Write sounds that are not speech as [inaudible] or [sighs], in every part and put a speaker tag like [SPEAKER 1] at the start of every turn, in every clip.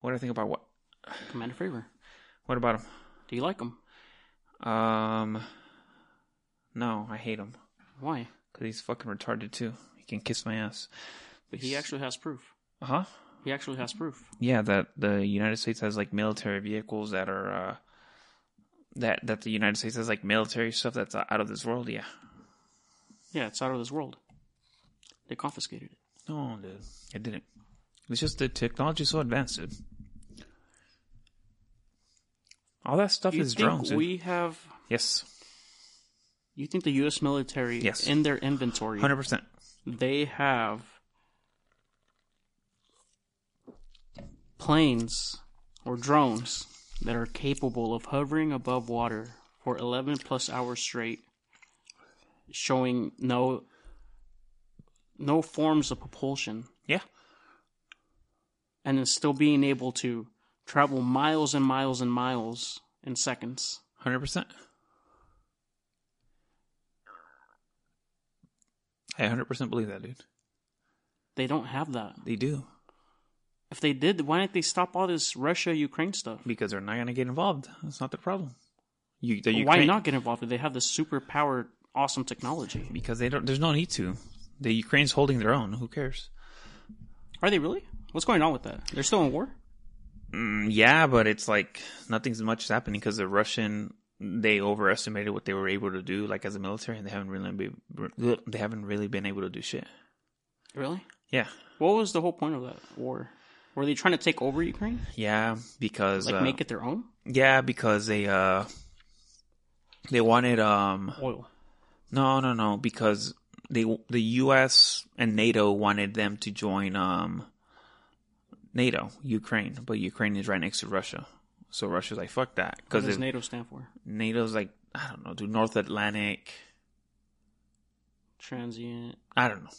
[SPEAKER 1] What do I think about what?
[SPEAKER 2] Commander Fravor.
[SPEAKER 1] What about
[SPEAKER 2] Do you like him?
[SPEAKER 1] him? Um, no, I hate him
[SPEAKER 2] Why?
[SPEAKER 1] because he's fucking retarded too. He can kiss my ass.
[SPEAKER 2] But he actually has proof.
[SPEAKER 1] Uh huh.
[SPEAKER 2] He actually has proof.
[SPEAKER 1] Yeah, that the United States has like military vehicles that are uh, that that the United States has like military stuff that's out of this world. Yeah.
[SPEAKER 2] Yeah, it's out of this world. They confiscated it.
[SPEAKER 1] No, dude, it didn't. It's just the technology so advanced. Dude. All that stuff
[SPEAKER 2] you
[SPEAKER 1] is
[SPEAKER 2] think
[SPEAKER 1] drones. dude.
[SPEAKER 2] we have?
[SPEAKER 1] yes,
[SPEAKER 2] You think the U.S. military
[SPEAKER 1] Yes.
[SPEAKER 2] in their inventory
[SPEAKER 1] hundred percent.
[SPEAKER 2] they have planes or drones that are capable of hovering above water for 11 plus hours straight showing no no forms of propulsion
[SPEAKER 1] Yeah,
[SPEAKER 2] and then still being able to travel miles and miles and miles in seconds
[SPEAKER 1] hundred percent. I hundred percent believe that, dude.
[SPEAKER 2] they don't have that
[SPEAKER 1] They do
[SPEAKER 2] if they did why didn't they stop all this russia ukraine stuff
[SPEAKER 1] because they're not going to get involved. That's not the problem. You, the
[SPEAKER 2] why
[SPEAKER 1] Ukraine-
[SPEAKER 2] not get involved if they have this super powered awesome technology
[SPEAKER 1] Because they don't. There's no need to. The Ukraine's holding their own. Who cares?
[SPEAKER 2] Are they really? What's going on with that? They're still in war?
[SPEAKER 1] Mm, yeah, but it's like nothing's much happening because the Russian they overestimated what they were able to do, like as a military, and they haven't really been, they haven't really been able to do shit.
[SPEAKER 2] Really?
[SPEAKER 1] Yeah,
[SPEAKER 2] What was the whole point of that war? Were they trying to take over Ukraine?
[SPEAKER 1] yeah, because
[SPEAKER 2] Like
[SPEAKER 1] uh,
[SPEAKER 2] make it their own?
[SPEAKER 1] yeah, because they uh they wanted um
[SPEAKER 2] Oil.
[SPEAKER 1] no no no because they the U.S. and NATO wanted them to join um NATO Ukraine, but Ukraine is right next to Russia, so Russia's like fuck that
[SPEAKER 2] What
[SPEAKER 1] because
[SPEAKER 2] does NATO stand for?
[SPEAKER 1] NATO's like I don't know, dude, North Atlantic.
[SPEAKER 2] Transient.
[SPEAKER 1] I don't know,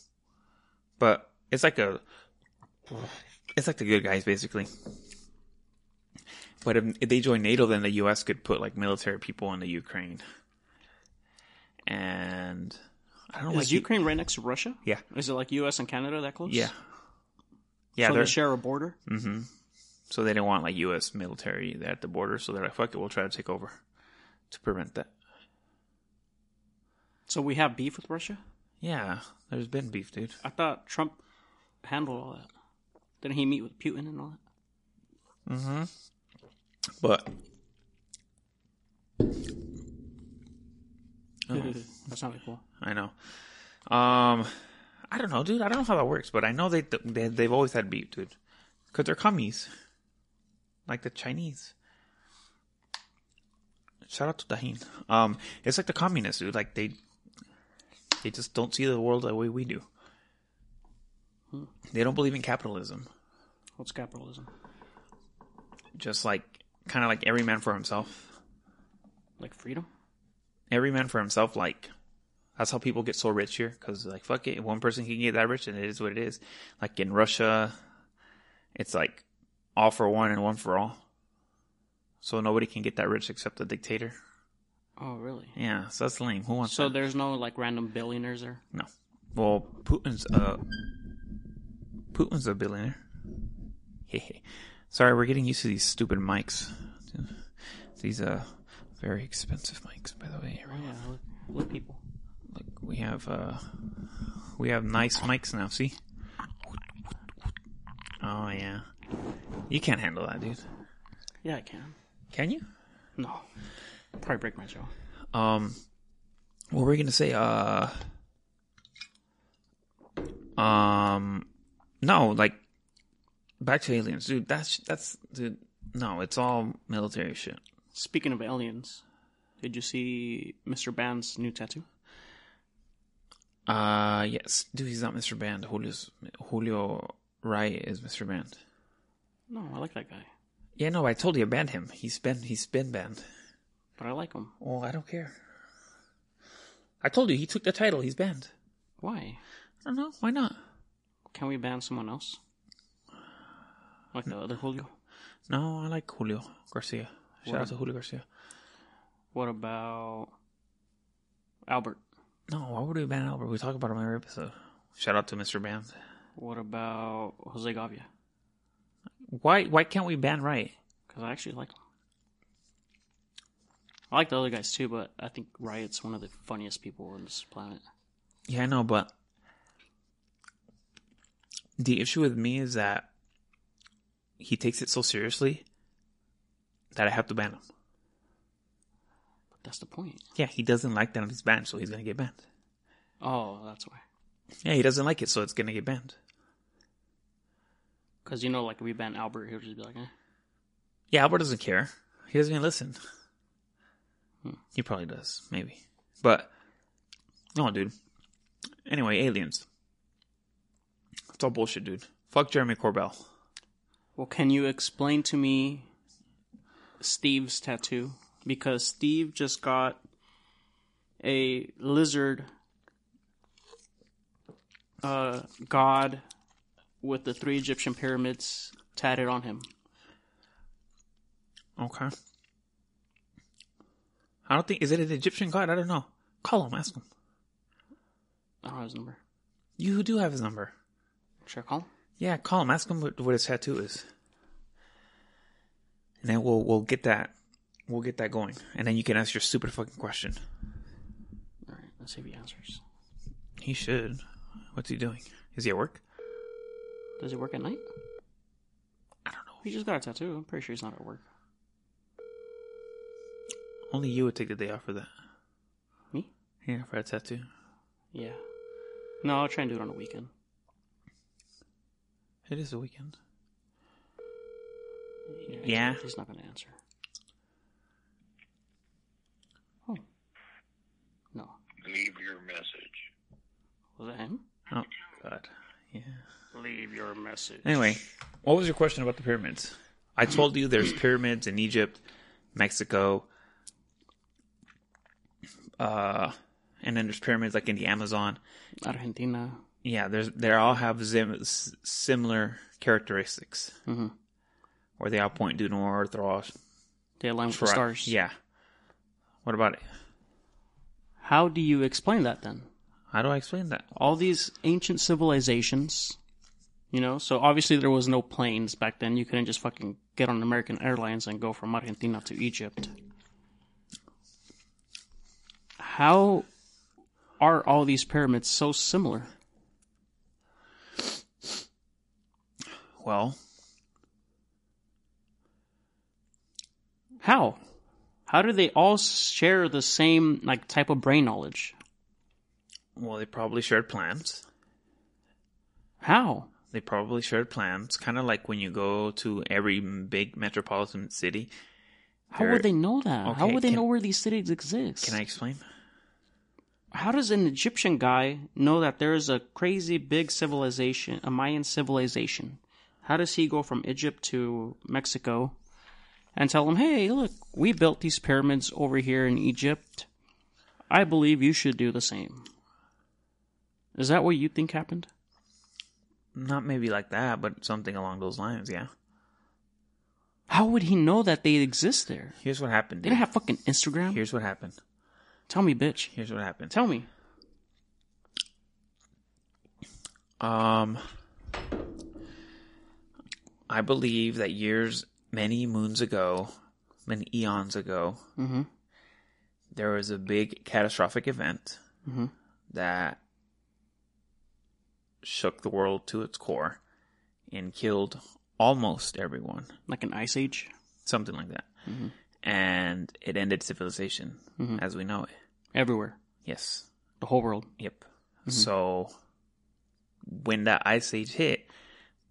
[SPEAKER 1] but it's like a, it's like the good guys basically. But if, if they join NATO, then the U.S. could put like military people into Ukraine, and I don't know, Oh, like
[SPEAKER 2] Is Ukraine right next to Russia?
[SPEAKER 1] yeah,
[SPEAKER 2] Is it like US and Canada that close?
[SPEAKER 1] yeah, yeah.
[SPEAKER 2] so
[SPEAKER 1] they're,
[SPEAKER 2] they share a border?
[SPEAKER 1] hmm So they didn't want like U.S. military at the border, so they're like, "Fuck it, we'll try to take over to prevent that."
[SPEAKER 2] So we have beef with Russia?
[SPEAKER 1] Yeah, there's been beef, dude.
[SPEAKER 2] I thought Trump handled all that. Didn't he meet with Putin and all that?
[SPEAKER 1] Mm-hmm. But
[SPEAKER 2] [laughs]
[SPEAKER 1] Oh.
[SPEAKER 2] that sounded cool.
[SPEAKER 1] I know. Um, I don't know, dude. I don't know how that works, but I know they, they they've always had beef, dude, because they're commies, like the Chinese. Shout out to Dahin. Um, it's like the communists, dude. Like they, they just don't see the world the way we do. They don't believe in capitalism.
[SPEAKER 2] What's capitalism?
[SPEAKER 1] Just like kind of like every man for himself.
[SPEAKER 2] Like freedom?
[SPEAKER 1] every man for himself. Like that's how people get so rich here, because like fuck it, one person can get that rich, and it is what it is. Like in Russia, it's like all for one and one for all. So nobody can get that rich except the dictator.
[SPEAKER 2] Oh really?
[SPEAKER 1] Yeah, so that's lame. Who wants
[SPEAKER 2] So
[SPEAKER 1] that?
[SPEAKER 2] there's no like random billionaires there?
[SPEAKER 1] No. Well, Putin's uh, Putin's a billionaire. [laughs] Hey, sorry, we're getting used to these stupid mics. These uh, very expensive mics, by the way.
[SPEAKER 2] Oh yeah, look, look people.
[SPEAKER 1] Look, we have uh, we have nice mics now. See? Oh yeah, you can't handle that, dude.
[SPEAKER 2] Yeah, I can.
[SPEAKER 1] Can you?
[SPEAKER 2] No. Probably break my jaw.
[SPEAKER 1] Um, what were we gonna say? Uh, um, no, like back to aliens, dude. That's that's dude. No, it's all military shit.
[SPEAKER 2] Speaking of aliens, did you see Mr. Band's new tattoo?
[SPEAKER 1] Uh, yes, dude. He's not Mr. Band. Julio's, Julio Rai is Mr. Band.
[SPEAKER 2] No, I like that guy,
[SPEAKER 1] Yeah, no, I told you I banned him. He's been he's been banned.
[SPEAKER 2] but I like him.
[SPEAKER 1] Well, I don't care. I told you he took the title. He's banned.
[SPEAKER 2] Why?
[SPEAKER 1] I don't know. Why not?
[SPEAKER 2] Can we ban someone else? Like the other Julio?
[SPEAKER 1] No, I like Julio Garcia. Shout
[SPEAKER 2] What?
[SPEAKER 1] out to Julio Garcia.
[SPEAKER 2] What about Albert?
[SPEAKER 1] No, why would we ban Albert? We talk about him every episode. Shout out to Mr. Band.
[SPEAKER 2] What about Jose Gavia?
[SPEAKER 1] Why why can't we ban Riot?
[SPEAKER 2] because I actually like them. I like the other guys too, but I think Riot's one of the funniest people on this planet.
[SPEAKER 1] Yeah, I know, but the issue with me is that he takes it so seriously that I have to ban him.
[SPEAKER 2] But that's the point.
[SPEAKER 1] Yeah, he doesn't like that he's banned, so he's gonna get banned.
[SPEAKER 2] Oh, that's why.
[SPEAKER 1] Yeah, he doesn't like it, so it's gonna get banned.
[SPEAKER 2] Because you know, like if we ban Albert, he'll just be like, eh.
[SPEAKER 1] Yeah, Albert doesn't care. He doesn't even listen.
[SPEAKER 2] Hmm.
[SPEAKER 1] He probably does, maybe. But no, dude. Anyway, aliens. It's all bullshit, dude. Fuck Jeremy Corbell.
[SPEAKER 2] "Well, can you explain to me Steve's tattoo? Because Steve just got a lizard uh, god with the three Egyptian pyramids tatted on him."
[SPEAKER 1] Okay. I don't think is it an Egyptian god? I don't know. Call him, ask him.
[SPEAKER 2] I don't have his number.
[SPEAKER 1] You do have his number.
[SPEAKER 2] Should I call him?
[SPEAKER 1] Yeah, call him. Ask him what, what his tattoo is, and then we'll we'll get that we'll get that going, and then you can ask your stupid fucking question.
[SPEAKER 2] All right, let's see if he answers.
[SPEAKER 1] He should. What's he doing? Is he at work?
[SPEAKER 2] Does he work at night?
[SPEAKER 1] I don't know.
[SPEAKER 2] He just got a tattoo. I'm pretty sure he's not at work.
[SPEAKER 1] Only you would take the day off for that.
[SPEAKER 2] Me?
[SPEAKER 1] Yeah, for a tattoo.
[SPEAKER 2] Yeah. No, I'll try and do it on a weekend.
[SPEAKER 1] It is a weekend.
[SPEAKER 2] Yeah. he's-
[SPEAKER 1] Yeah.
[SPEAKER 2] He's not going to answer. Oh. No.
[SPEAKER 3] Leave your message.
[SPEAKER 2] Was that him?
[SPEAKER 1] Oh God. Yeah.
[SPEAKER 2] Leave your message.
[SPEAKER 1] Anyway, what was your question about the pyramids? I told you there's pyramids in Egypt, Mexico, uh, and then there's pyramids like in the Amazon.
[SPEAKER 2] Argentina.
[SPEAKER 1] Yeah, there's they all have zim, s- similar characteristics,
[SPEAKER 2] Mm-hmm.
[SPEAKER 1] where they all point due north or all
[SPEAKER 2] They align with the stars.
[SPEAKER 1] Yeah. What about it?
[SPEAKER 2] How do you explain that then?
[SPEAKER 1] How do I explain that?
[SPEAKER 2] all these ancient civilizations, you know, so obviously there was no planes back then. You couldn't just fucking get on American Airlines and go from Argentina to Egypt. How are all these pyramids so similar?
[SPEAKER 1] Well,
[SPEAKER 2] How? How do they all share the same like type of brain knowledge?
[SPEAKER 1] well, they probably shared plans.
[SPEAKER 2] How?
[SPEAKER 1] They probably shared plans, kind of like when you go to every big metropolitan city.
[SPEAKER 2] How
[SPEAKER 1] They're-
[SPEAKER 2] would they know that? How
[SPEAKER 1] Okay,
[SPEAKER 2] would they
[SPEAKER 1] can-
[SPEAKER 2] know where these cities exist?
[SPEAKER 1] Can I explain?
[SPEAKER 2] how does an Egyptian guy know that there is a crazy big civilization, a Mayan civilization? How does he go from Egypt to Mexico and tell them, hey, look, we built these pyramids over here in Egypt. I believe you should do the same. Is that what you think happened?
[SPEAKER 1] Not maybe like that, but something along those lines. Yeah.
[SPEAKER 2] How would he know that they exist there?
[SPEAKER 1] Here's what happened.
[SPEAKER 2] They don't
[SPEAKER 1] dude.
[SPEAKER 2] have fucking Instagram.
[SPEAKER 1] Here's what happened.
[SPEAKER 2] Tell me, bitch.
[SPEAKER 1] Here's what happened.
[SPEAKER 2] Tell me.
[SPEAKER 1] Um, I believe that years, many moons ago, many eons ago,
[SPEAKER 2] Mhm.
[SPEAKER 1] there was a big catastrophic event
[SPEAKER 2] Mhm.
[SPEAKER 1] that shook the world to its core and killed almost everyone,
[SPEAKER 2] Like an ice age?
[SPEAKER 1] something like that. And it ended civilization as we know it.
[SPEAKER 2] Everywhere.
[SPEAKER 1] Yes.
[SPEAKER 2] The whole world.
[SPEAKER 1] Yep. So when that ice age hit,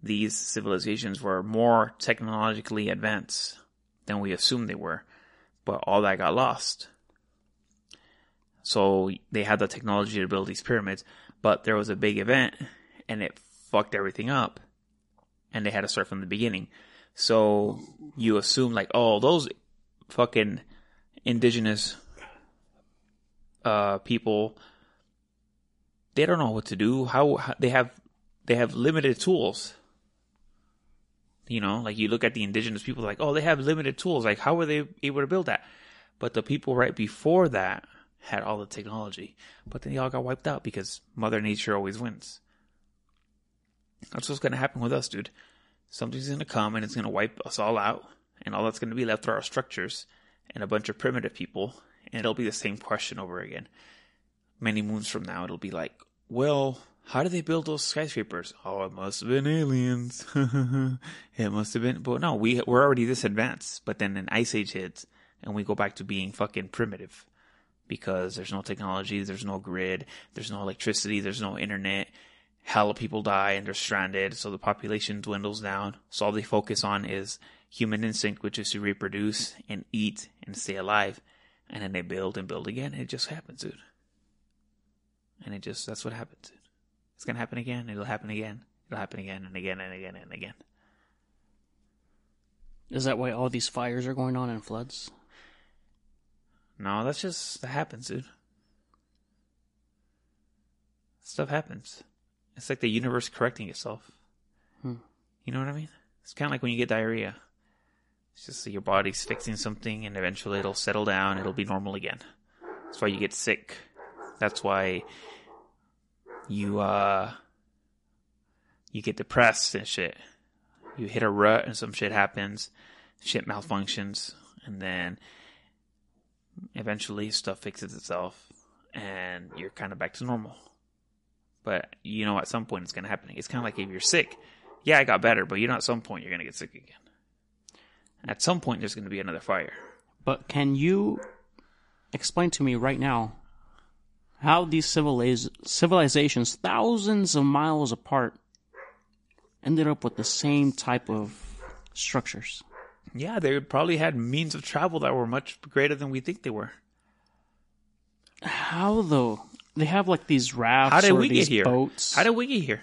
[SPEAKER 1] these civilizations were more technologically advanced than we assumed they were, but all that got lost. So they had the technology to build these pyramids, but there was a big event and it fucked everything up and they had to start from the beginning. So you assume like, oh, those fucking indigenous uh, people they don't know what to do. How, how they have they have limited tools. You know, like you look at the indigenous people, like oh, they have limited tools. Like how were they able to build that? But the people right before that had all the technology, but then they all got wiped out because Mother Nature always wins. That's what's gonna happen with us, dude. Something's going to come and it's going to wipe us all out, and all that's going to be left are our structures and a bunch of primitive people, and it'll be the same question over again. Many moons from now, it'll be like, well, how did they build those skyscrapers? Oh, it must have been aliens. [laughs] it must have been, but no, we we're already this advanced. But then an ice age hits, and we go back to being fucking primitive because there's no technology, there's no grid, there's no electricity, there's no internet. Hell, people die and they're stranded, so the population dwindles down. So all they focus on is human instinct, which is to reproduce and eat and stay alive. And then they build and build again. It just happens, dude. And it just, that's what happens. Dude. It's gonna happen again. It'll happen again. It'll happen again and again and again and again.
[SPEAKER 2] Is that why all these fires are going on and floods?
[SPEAKER 1] No, that's just that happens, dude. Stuff happens. It's like the universe correcting itself.
[SPEAKER 2] Hmm.
[SPEAKER 1] You know what I mean? It's kind of like when you get diarrhea. It's just that your body's fixing something, and eventually it'll settle down. It'll be normal again. That's why you get sick. That's why you uh you get depressed and shit. You hit a rut, and some shit happens. Shit malfunctions, and then eventually stuff fixes itself and you're kind of back to normal. But you know, at some point it's going to happen. It's kind of like if you're sick. Yeah, I got better, but you know, at some point you're going to get sick again. At some point there's going to be another fire.
[SPEAKER 2] But can you explain to me right now how these civiliz- civilizations, thousands of miles apart, ended up with the same type of structures?
[SPEAKER 1] Yeah, they probably had means of travel that were much greater than we think they were.
[SPEAKER 2] How though? They have like these rafts
[SPEAKER 1] How did
[SPEAKER 2] or
[SPEAKER 1] we
[SPEAKER 2] these
[SPEAKER 1] get here?
[SPEAKER 2] boats.
[SPEAKER 1] How did we get here?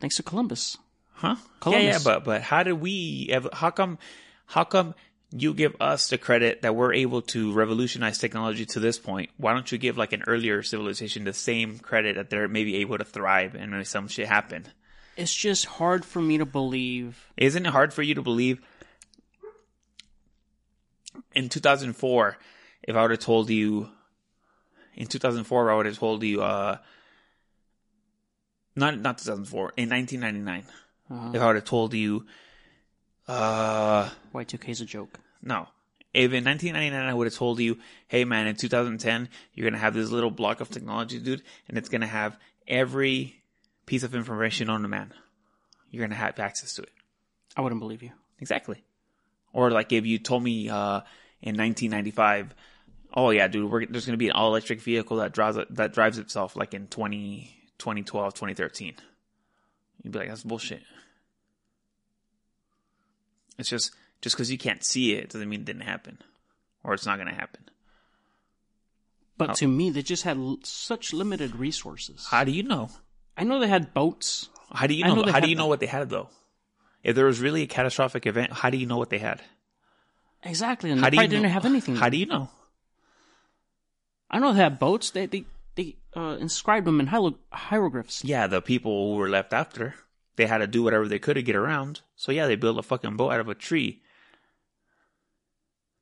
[SPEAKER 2] Thanks to Columbus.
[SPEAKER 1] Huh?
[SPEAKER 2] Columbus.
[SPEAKER 1] Yeah, yeah, but but how did we? ev- How come? How come you give us the credit that we're able to revolutionize technology to this point? Why don't you give like an earlier civilization the same credit that they're maybe able to thrive and maybe some shit happened?
[SPEAKER 2] It's just hard for me to believe.
[SPEAKER 1] Isn't it hard for you to believe? In 2004, if I would have told you, in 2004, I would have told you, uh, not not 2004, in 1999,
[SPEAKER 2] Uh,
[SPEAKER 1] Mm-hmm. if I would have told you, uh,
[SPEAKER 2] Y2K is a joke.
[SPEAKER 1] no. If in 1999 I would have told you, hey man, in 2010 you're gonna have this little block of technology, dude, and it's gonna have every piece of information on demand. You're gonna have access to it.
[SPEAKER 2] I wouldn't believe you.
[SPEAKER 1] Exactly. Or like if you told me uh, in 1995, oh yeah, dude, we're, there's going to be an all electric vehicle that drives that drives itself like in 20, 2012, 2013. You'd be like, that's bullshit. It's just just because you can't see it doesn't mean it didn't happen, or it's not going to happen.
[SPEAKER 2] But to me, they just had l- such limited resources.
[SPEAKER 1] Oh. How do you know?
[SPEAKER 2] I know they had boats.
[SPEAKER 1] How do you
[SPEAKER 2] I
[SPEAKER 1] know?
[SPEAKER 2] know they
[SPEAKER 1] how do
[SPEAKER 2] had
[SPEAKER 1] you know
[SPEAKER 2] them.
[SPEAKER 1] what they had though? If there was really a catastrophic event, how do you know what they had?
[SPEAKER 2] Exactly, and
[SPEAKER 1] How
[SPEAKER 2] they
[SPEAKER 1] do you
[SPEAKER 2] probably
[SPEAKER 1] know-
[SPEAKER 2] didn't have anything.
[SPEAKER 1] How do you know?
[SPEAKER 2] I know they had boats. They they they uh, inscribed them in hielo- hieroglyphs.
[SPEAKER 1] yeah, the people who were left after, they had to do whatever they could to get around. So yeah, they built a fucking boat out of a tree.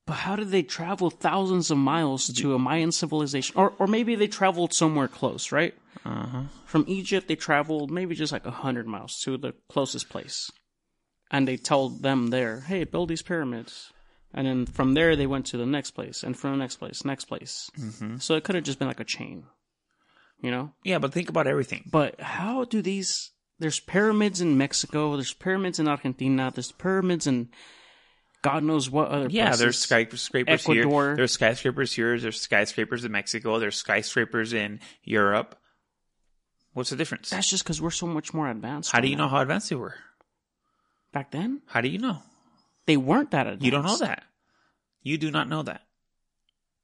[SPEAKER 2] But how did they travel thousands of miles to a Mayan civilization, or or maybe they traveled somewhere close, right?
[SPEAKER 1] Uh-huh.
[SPEAKER 2] From Egypt, they traveled maybe just like hundred miles to the closest place, and they told them there, "Hey, build these pyramids." And then from there, they went to the next place, and from the next place, next place. Mm-hmm. So it could have just been like a chain, you know.
[SPEAKER 1] Yeah, but think about everything.
[SPEAKER 2] But how do these? There's pyramids in Mexico. There's pyramids in Argentina. There's pyramids in God knows what other.
[SPEAKER 1] Yeah,
[SPEAKER 2] places.
[SPEAKER 1] there's skyscrapers
[SPEAKER 2] Ecuador.
[SPEAKER 1] here. There's skyscrapers here. There's skyscrapers in Mexico. There's skyscrapers in Europe. What's the difference?
[SPEAKER 2] That's just because we're so much more advanced.
[SPEAKER 1] How do
[SPEAKER 2] right
[SPEAKER 1] you
[SPEAKER 2] now.
[SPEAKER 1] know how advanced they were?
[SPEAKER 2] Back then,
[SPEAKER 1] How do you know?
[SPEAKER 2] they weren't that advanced.
[SPEAKER 1] You don't know that. You do not know that.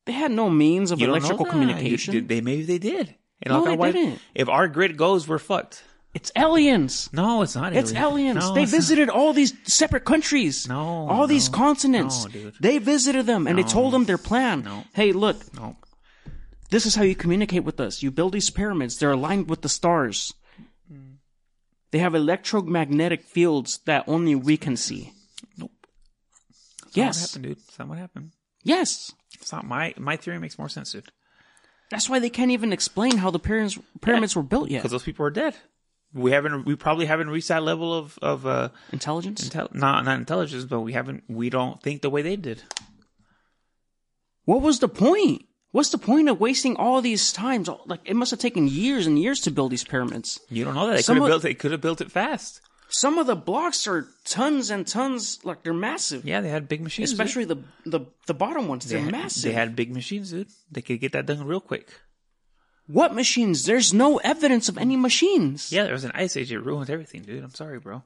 [SPEAKER 2] They had no means of
[SPEAKER 1] you don't know
[SPEAKER 2] electrical
[SPEAKER 1] that. You-
[SPEAKER 2] communication.
[SPEAKER 1] they maybe they did. And
[SPEAKER 2] No,
[SPEAKER 1] look at
[SPEAKER 2] they
[SPEAKER 1] why-
[SPEAKER 2] didn't.
[SPEAKER 1] If our grid goes, we're fucked.
[SPEAKER 2] It's aliens.
[SPEAKER 1] No, it's not.
[SPEAKER 2] It's
[SPEAKER 1] alien.
[SPEAKER 2] aliens.
[SPEAKER 1] No,
[SPEAKER 2] they
[SPEAKER 1] it's not.
[SPEAKER 2] visited all these separate countries.
[SPEAKER 1] No,
[SPEAKER 2] All these
[SPEAKER 1] no,
[SPEAKER 2] continents.
[SPEAKER 1] no, dude.
[SPEAKER 2] They visited them and they
[SPEAKER 1] No,
[SPEAKER 2] told them their plan.
[SPEAKER 1] no.
[SPEAKER 2] Hey, look,
[SPEAKER 1] No.
[SPEAKER 2] this is how you communicate with us. You build these pyramids. They're aligned with the stars.
[SPEAKER 1] Mm.
[SPEAKER 2] They have electromagnetic fields that only we can see.
[SPEAKER 1] Nope. That's
[SPEAKER 2] Yes.
[SPEAKER 1] Not what happened, dude. That's not what happened.
[SPEAKER 2] Yes.
[SPEAKER 1] It's not my my theory makes more sense, dude.
[SPEAKER 2] That's why they can't even explain how the pyramids, pyramids were built yet.
[SPEAKER 1] Because those people are dead. we haven't we probably haven't reached that level of of uh
[SPEAKER 2] Intelligence?
[SPEAKER 1] intel- not not intelligence, but we haven't we don't think the way they did.
[SPEAKER 2] What was the point? What's the point of wasting all these times? All- Like it must have taken years and years to build these pyramids.
[SPEAKER 1] You don't know that they
[SPEAKER 2] Some
[SPEAKER 1] could have
[SPEAKER 2] of-
[SPEAKER 1] built they could have built it fast.
[SPEAKER 2] Some of the blocks are tons and tons. Like they're massive.
[SPEAKER 1] Yeah, they had big machines, dude.
[SPEAKER 2] Especially the, the the bottom ones.
[SPEAKER 1] They
[SPEAKER 2] They're
[SPEAKER 1] had,
[SPEAKER 2] massive.
[SPEAKER 1] They had big machines, dude. They could get that done real quick.
[SPEAKER 2] what machines? There's no evidence of any machines.
[SPEAKER 1] Yeah, there was an ice age. It ruined everything, dude. I'm sorry, bro.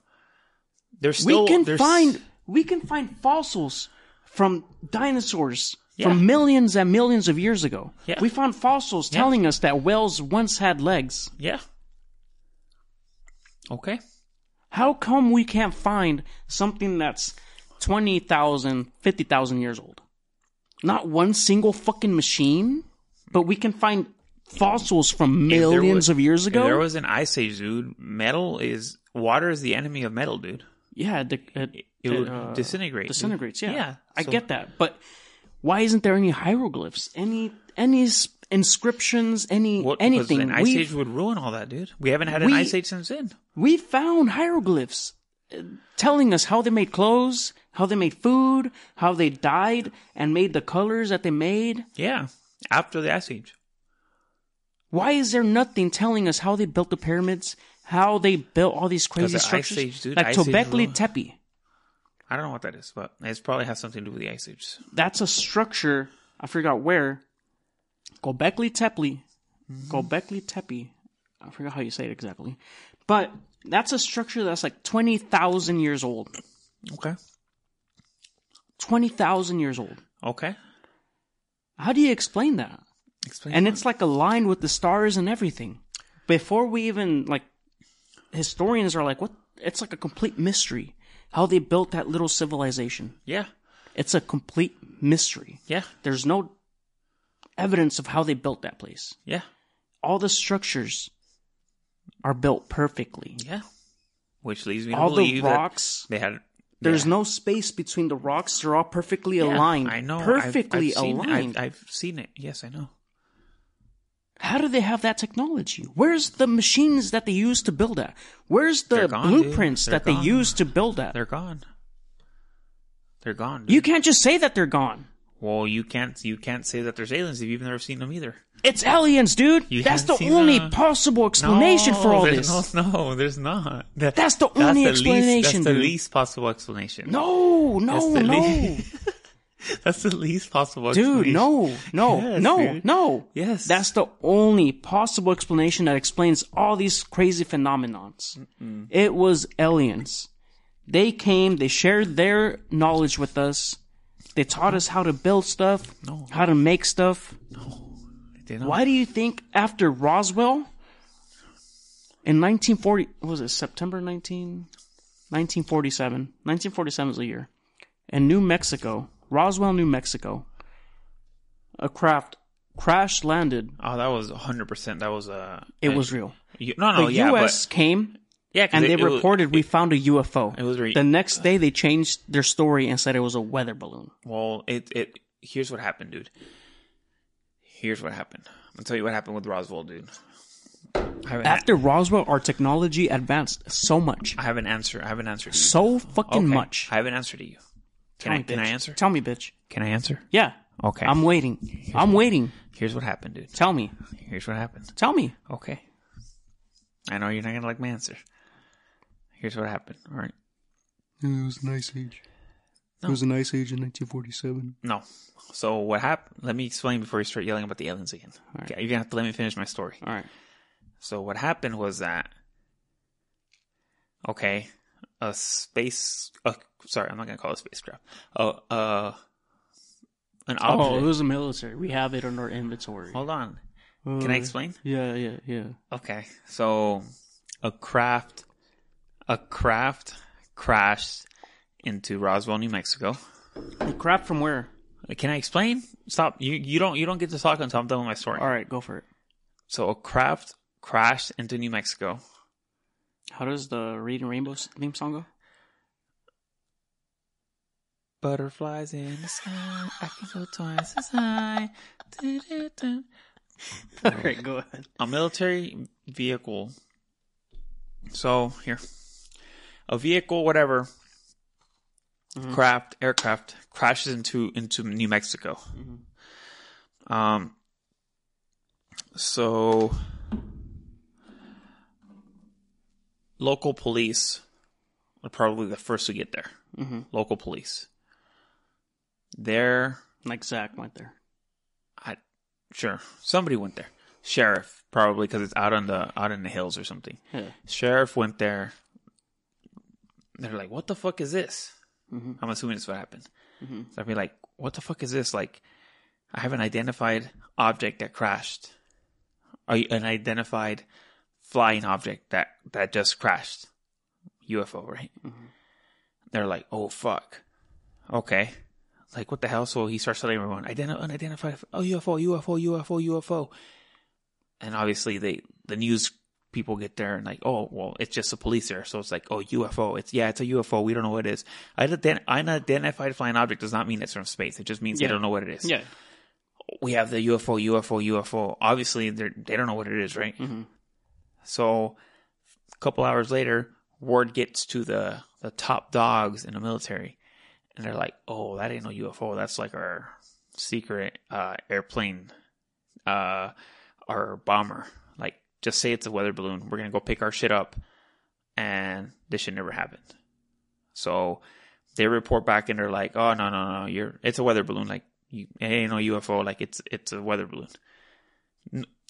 [SPEAKER 1] There's
[SPEAKER 2] we
[SPEAKER 1] still
[SPEAKER 2] can
[SPEAKER 1] there's-
[SPEAKER 2] find we can find fossils from dinosaurs
[SPEAKER 1] Yeah.
[SPEAKER 2] from millions and millions of years ago.
[SPEAKER 1] Yeah.
[SPEAKER 2] We found fossils telling us that whales once had legs.
[SPEAKER 1] yeah. Okay,
[SPEAKER 2] How come we can't find something that's 20,000, 50,000 years old? Not one single fucking machine, but we can find fossils from
[SPEAKER 1] If there
[SPEAKER 2] millions
[SPEAKER 1] was-
[SPEAKER 2] of years
[SPEAKER 1] if
[SPEAKER 2] ago?
[SPEAKER 1] there was an ice age, dude. Metal is water is the enemy of metal, dude.
[SPEAKER 2] yeah, it, it,
[SPEAKER 1] It would
[SPEAKER 2] uh,
[SPEAKER 1] disintegrate. dude.
[SPEAKER 2] disintegrates, yeah.
[SPEAKER 1] yeah.
[SPEAKER 2] I
[SPEAKER 1] so-
[SPEAKER 2] get that, but why isn't there any hieroglyphs? Any any s- inscriptions, any
[SPEAKER 1] What, because
[SPEAKER 2] anything?
[SPEAKER 1] An ice
[SPEAKER 2] We
[SPEAKER 1] age would ruin all that, dude. We haven't had an
[SPEAKER 2] We-
[SPEAKER 1] ice age since then.
[SPEAKER 2] we found hieroglyphs uh, telling us how they made clothes, how they made food, how they dyed and made the colors that they made.
[SPEAKER 1] Yeah, after the ice age.
[SPEAKER 2] Why is there nothing telling us how they built the pyramids, how they built all these crazy
[SPEAKER 1] the Ice
[SPEAKER 2] structures?
[SPEAKER 1] Age, dude,
[SPEAKER 2] like
[SPEAKER 1] Ice Age
[SPEAKER 2] Tobekli
[SPEAKER 1] rule.
[SPEAKER 2] Tepe.
[SPEAKER 1] I don't know what that is, but it probably has something to do with the ice age.
[SPEAKER 2] That's a structure, I forgot where. Gobekli Tepe. Gobekli Tepe. I forgot how you say it exactly. But that's a structure that's like 20,000 years old.
[SPEAKER 1] Okay.
[SPEAKER 2] 20,000 years old.
[SPEAKER 1] Okay.
[SPEAKER 2] How do you explain that?
[SPEAKER 1] Explain.
[SPEAKER 2] and it's like aligned with the stars and everything. Before we even like, historians are like, what? It's like a complete mystery how they built that little civilization.
[SPEAKER 1] yeah,
[SPEAKER 2] It's a complete mystery.
[SPEAKER 1] yeah,
[SPEAKER 2] There's no evidence of how they built that place.
[SPEAKER 1] yeah,
[SPEAKER 2] All the structures are built perfectly.
[SPEAKER 1] yeah. Which leads me to
[SPEAKER 2] All the
[SPEAKER 1] believe that
[SPEAKER 2] rocks.
[SPEAKER 1] they had.
[SPEAKER 2] There's no space between the rocks. They're all perfectly
[SPEAKER 1] Yeah,
[SPEAKER 2] aligned.
[SPEAKER 1] I know. I've-
[SPEAKER 2] Perfectly
[SPEAKER 1] I've seen,
[SPEAKER 2] aligned.
[SPEAKER 1] I've, I've seen it. Yes, I know.
[SPEAKER 2] How do they have that technology? Where's the machines that they use to build that? Where's the
[SPEAKER 1] They're gone, dude.
[SPEAKER 2] blueprints
[SPEAKER 1] They're
[SPEAKER 2] that they
[SPEAKER 1] gone.
[SPEAKER 2] use to build that?
[SPEAKER 1] They're gone. They're gone. Dude.
[SPEAKER 2] You can't just say that they're gone.
[SPEAKER 1] well, you can't. You can't say that there's aliens if you've never seen them either.
[SPEAKER 2] It's aliens, dude.
[SPEAKER 1] You
[SPEAKER 2] That's the
[SPEAKER 1] haven't seen
[SPEAKER 2] only
[SPEAKER 1] the-
[SPEAKER 2] possible explanation for all
[SPEAKER 1] there's
[SPEAKER 2] this.
[SPEAKER 1] No, no, there's not. That-
[SPEAKER 2] That's the only
[SPEAKER 1] Least,
[SPEAKER 2] explanation,
[SPEAKER 1] that's the
[SPEAKER 2] dude.
[SPEAKER 1] least possible explanation.
[SPEAKER 2] No,
[SPEAKER 1] That's
[SPEAKER 2] no,
[SPEAKER 1] the
[SPEAKER 2] no,
[SPEAKER 1] least- that's the least possible explanation.
[SPEAKER 2] dude, no, no,
[SPEAKER 1] Yes,
[SPEAKER 2] no,
[SPEAKER 1] dude.
[SPEAKER 2] no.
[SPEAKER 1] Yes.
[SPEAKER 2] that's the only possible explanation that explains all these crazy phenomenons. It was aliens. They came. They shared their knowledge with us. They taught us how to build stuff,
[SPEAKER 1] No.
[SPEAKER 2] how to make stuff.
[SPEAKER 1] They don't-
[SPEAKER 2] Why do you think after Roswell in 1940, what was it September 19, 1947? 1947 is the year. In New Mexico, Roswell, New Mexico, a craft crash landed.
[SPEAKER 1] Oh, that was 100. percent That was uh,
[SPEAKER 2] It was real.
[SPEAKER 1] you- no,
[SPEAKER 2] The
[SPEAKER 1] no, Oh, yeah,
[SPEAKER 2] U.S. came
[SPEAKER 1] but yeah, 'cause
[SPEAKER 2] and
[SPEAKER 1] it-
[SPEAKER 2] they
[SPEAKER 1] it was-
[SPEAKER 2] reported we found a UFO.
[SPEAKER 1] it was re-
[SPEAKER 2] the next day they changed their story and said it was a weather balloon.
[SPEAKER 1] Well, it it here's what happened, dude. Here's what happened. I'll tell you what happened with Roswell, dude. I have, an,
[SPEAKER 2] After Roswell, our technology advanced so much,
[SPEAKER 1] I have an answer. I have an answer. To you.
[SPEAKER 2] so fucking
[SPEAKER 1] Okay.
[SPEAKER 2] much.
[SPEAKER 1] I have an answer to you. Can
[SPEAKER 2] Tell
[SPEAKER 1] I
[SPEAKER 2] me,
[SPEAKER 1] can
[SPEAKER 2] bitch.
[SPEAKER 1] I answer?
[SPEAKER 2] Tell me, bitch.
[SPEAKER 1] Can I answer?
[SPEAKER 2] Yeah.
[SPEAKER 1] Okay.
[SPEAKER 2] I'm waiting. I'm waiting.
[SPEAKER 1] here's what happened, dude.
[SPEAKER 2] Tell me.
[SPEAKER 1] Here's what happened.
[SPEAKER 2] Tell me.
[SPEAKER 1] Okay. I know you're not gonna like my answer. Here's what happened. All right.
[SPEAKER 4] It was an ice age.
[SPEAKER 1] No.
[SPEAKER 4] It was an ice age in 1947.
[SPEAKER 1] No. So what happened? Let me explain before you start yelling about the aliens again.
[SPEAKER 2] right.
[SPEAKER 1] Okay, you're gonna have to let me finish my story.
[SPEAKER 2] All right.
[SPEAKER 1] So what happened was that okay, a space uh, sorry, I'm not going to call it a spacecraft. Uh uh an
[SPEAKER 2] Oh, it
[SPEAKER 1] object.
[SPEAKER 2] was the military. We have it on our inventory. Uh,
[SPEAKER 1] Hold on. Can I explain?
[SPEAKER 2] Yeah, yeah, yeah.
[SPEAKER 1] Okay. So a craft a craft crashed into Roswell, New Mexico.
[SPEAKER 2] The crap from where?
[SPEAKER 1] Can I explain? Stop. You you don't you don't get to talk until I'm done with my story.
[SPEAKER 2] All right, go for it.
[SPEAKER 1] So a craft crashed into New Mexico.
[SPEAKER 2] How does the Reading Rainbow s- theme song [laughs] go?
[SPEAKER 1] Butterflies in the sky. I can go twice as high. Du-du-du.
[SPEAKER 2] All right, go ahead.
[SPEAKER 1] A military vehicle So here, a vehicle, whatever, craft aircraft crashes into into New Mexico. Um. So, local police are probably the first to get there.
[SPEAKER 2] Mhm.
[SPEAKER 1] Local police. They're
[SPEAKER 2] [laughs] Like Zach went there.
[SPEAKER 1] I, sure, somebody went there. Sheriff probably because it's out on the out in the hills or something.
[SPEAKER 2] Yeah.
[SPEAKER 1] Sheriff went there. They're like, "What the fuck is this?"
[SPEAKER 2] Mhm.
[SPEAKER 1] I'm assuming it's what happened.
[SPEAKER 2] Mhm.
[SPEAKER 1] So I'd be like, "What the fuck is this?" Like, I have an identified object that crashed, A- an identified flying object that that just crashed, UFO, right? They're like, "Oh fuck, okay." Like, what the hell? So he starts telling everyone, Ident- unidentified, oh, UFO, UFO, UFO, UFO. And obviously, they, the news people get there and like, oh, well, it's just the police there. So it's like, oh, UFO. It's, yeah, it's a UFO. We don't know what it is. Ident- unidentified flying object does not mean it's from space. It just means
[SPEAKER 2] Yeah.
[SPEAKER 1] they don't know what it is.
[SPEAKER 2] Yeah.
[SPEAKER 1] We have the UFO, UFO, UFO. Obviously, they're, they don't know what it is, right?
[SPEAKER 2] Mm-hmm.
[SPEAKER 1] So a couple hours later, word gets to the, the top dogs in the military. And they're like, oh, that ain't no UFO. That's like our secret uh, airplane, uh, our bomber. Like, just say it's a weather balloon. We're going to go pick our shit up. And this shit never happened. So they report back and they're like, oh, no, no, no. you're It's a weather balloon. Like, you, it ain't no UFO. Like, it's it's a weather balloon.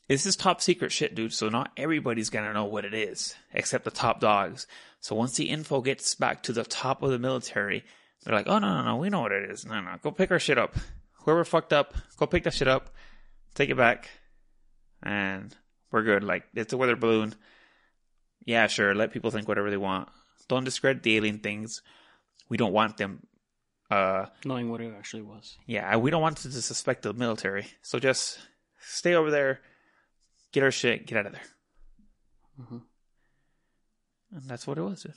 [SPEAKER 1] This is top secret shit, dude. So not everybody's gonna know what it is, except the top dogs. So once the info gets back to the top of the military, they're like, "Oh no, no, no, we know what it is. No, no, go pick our shit up. Whoever fucked up, go pick that shit up, take it back, and we're good. Like it's a weather balloon. Yeah, sure. Let people think whatever they want. Don't discredit the alien things. We don't want them. Uh,
[SPEAKER 2] Knowing what it actually was.
[SPEAKER 1] yeah, I- we don't want to suspect the military. So just stay over there, get our shit, get out of there.
[SPEAKER 2] Mhm.
[SPEAKER 1] And that's what it was. dude.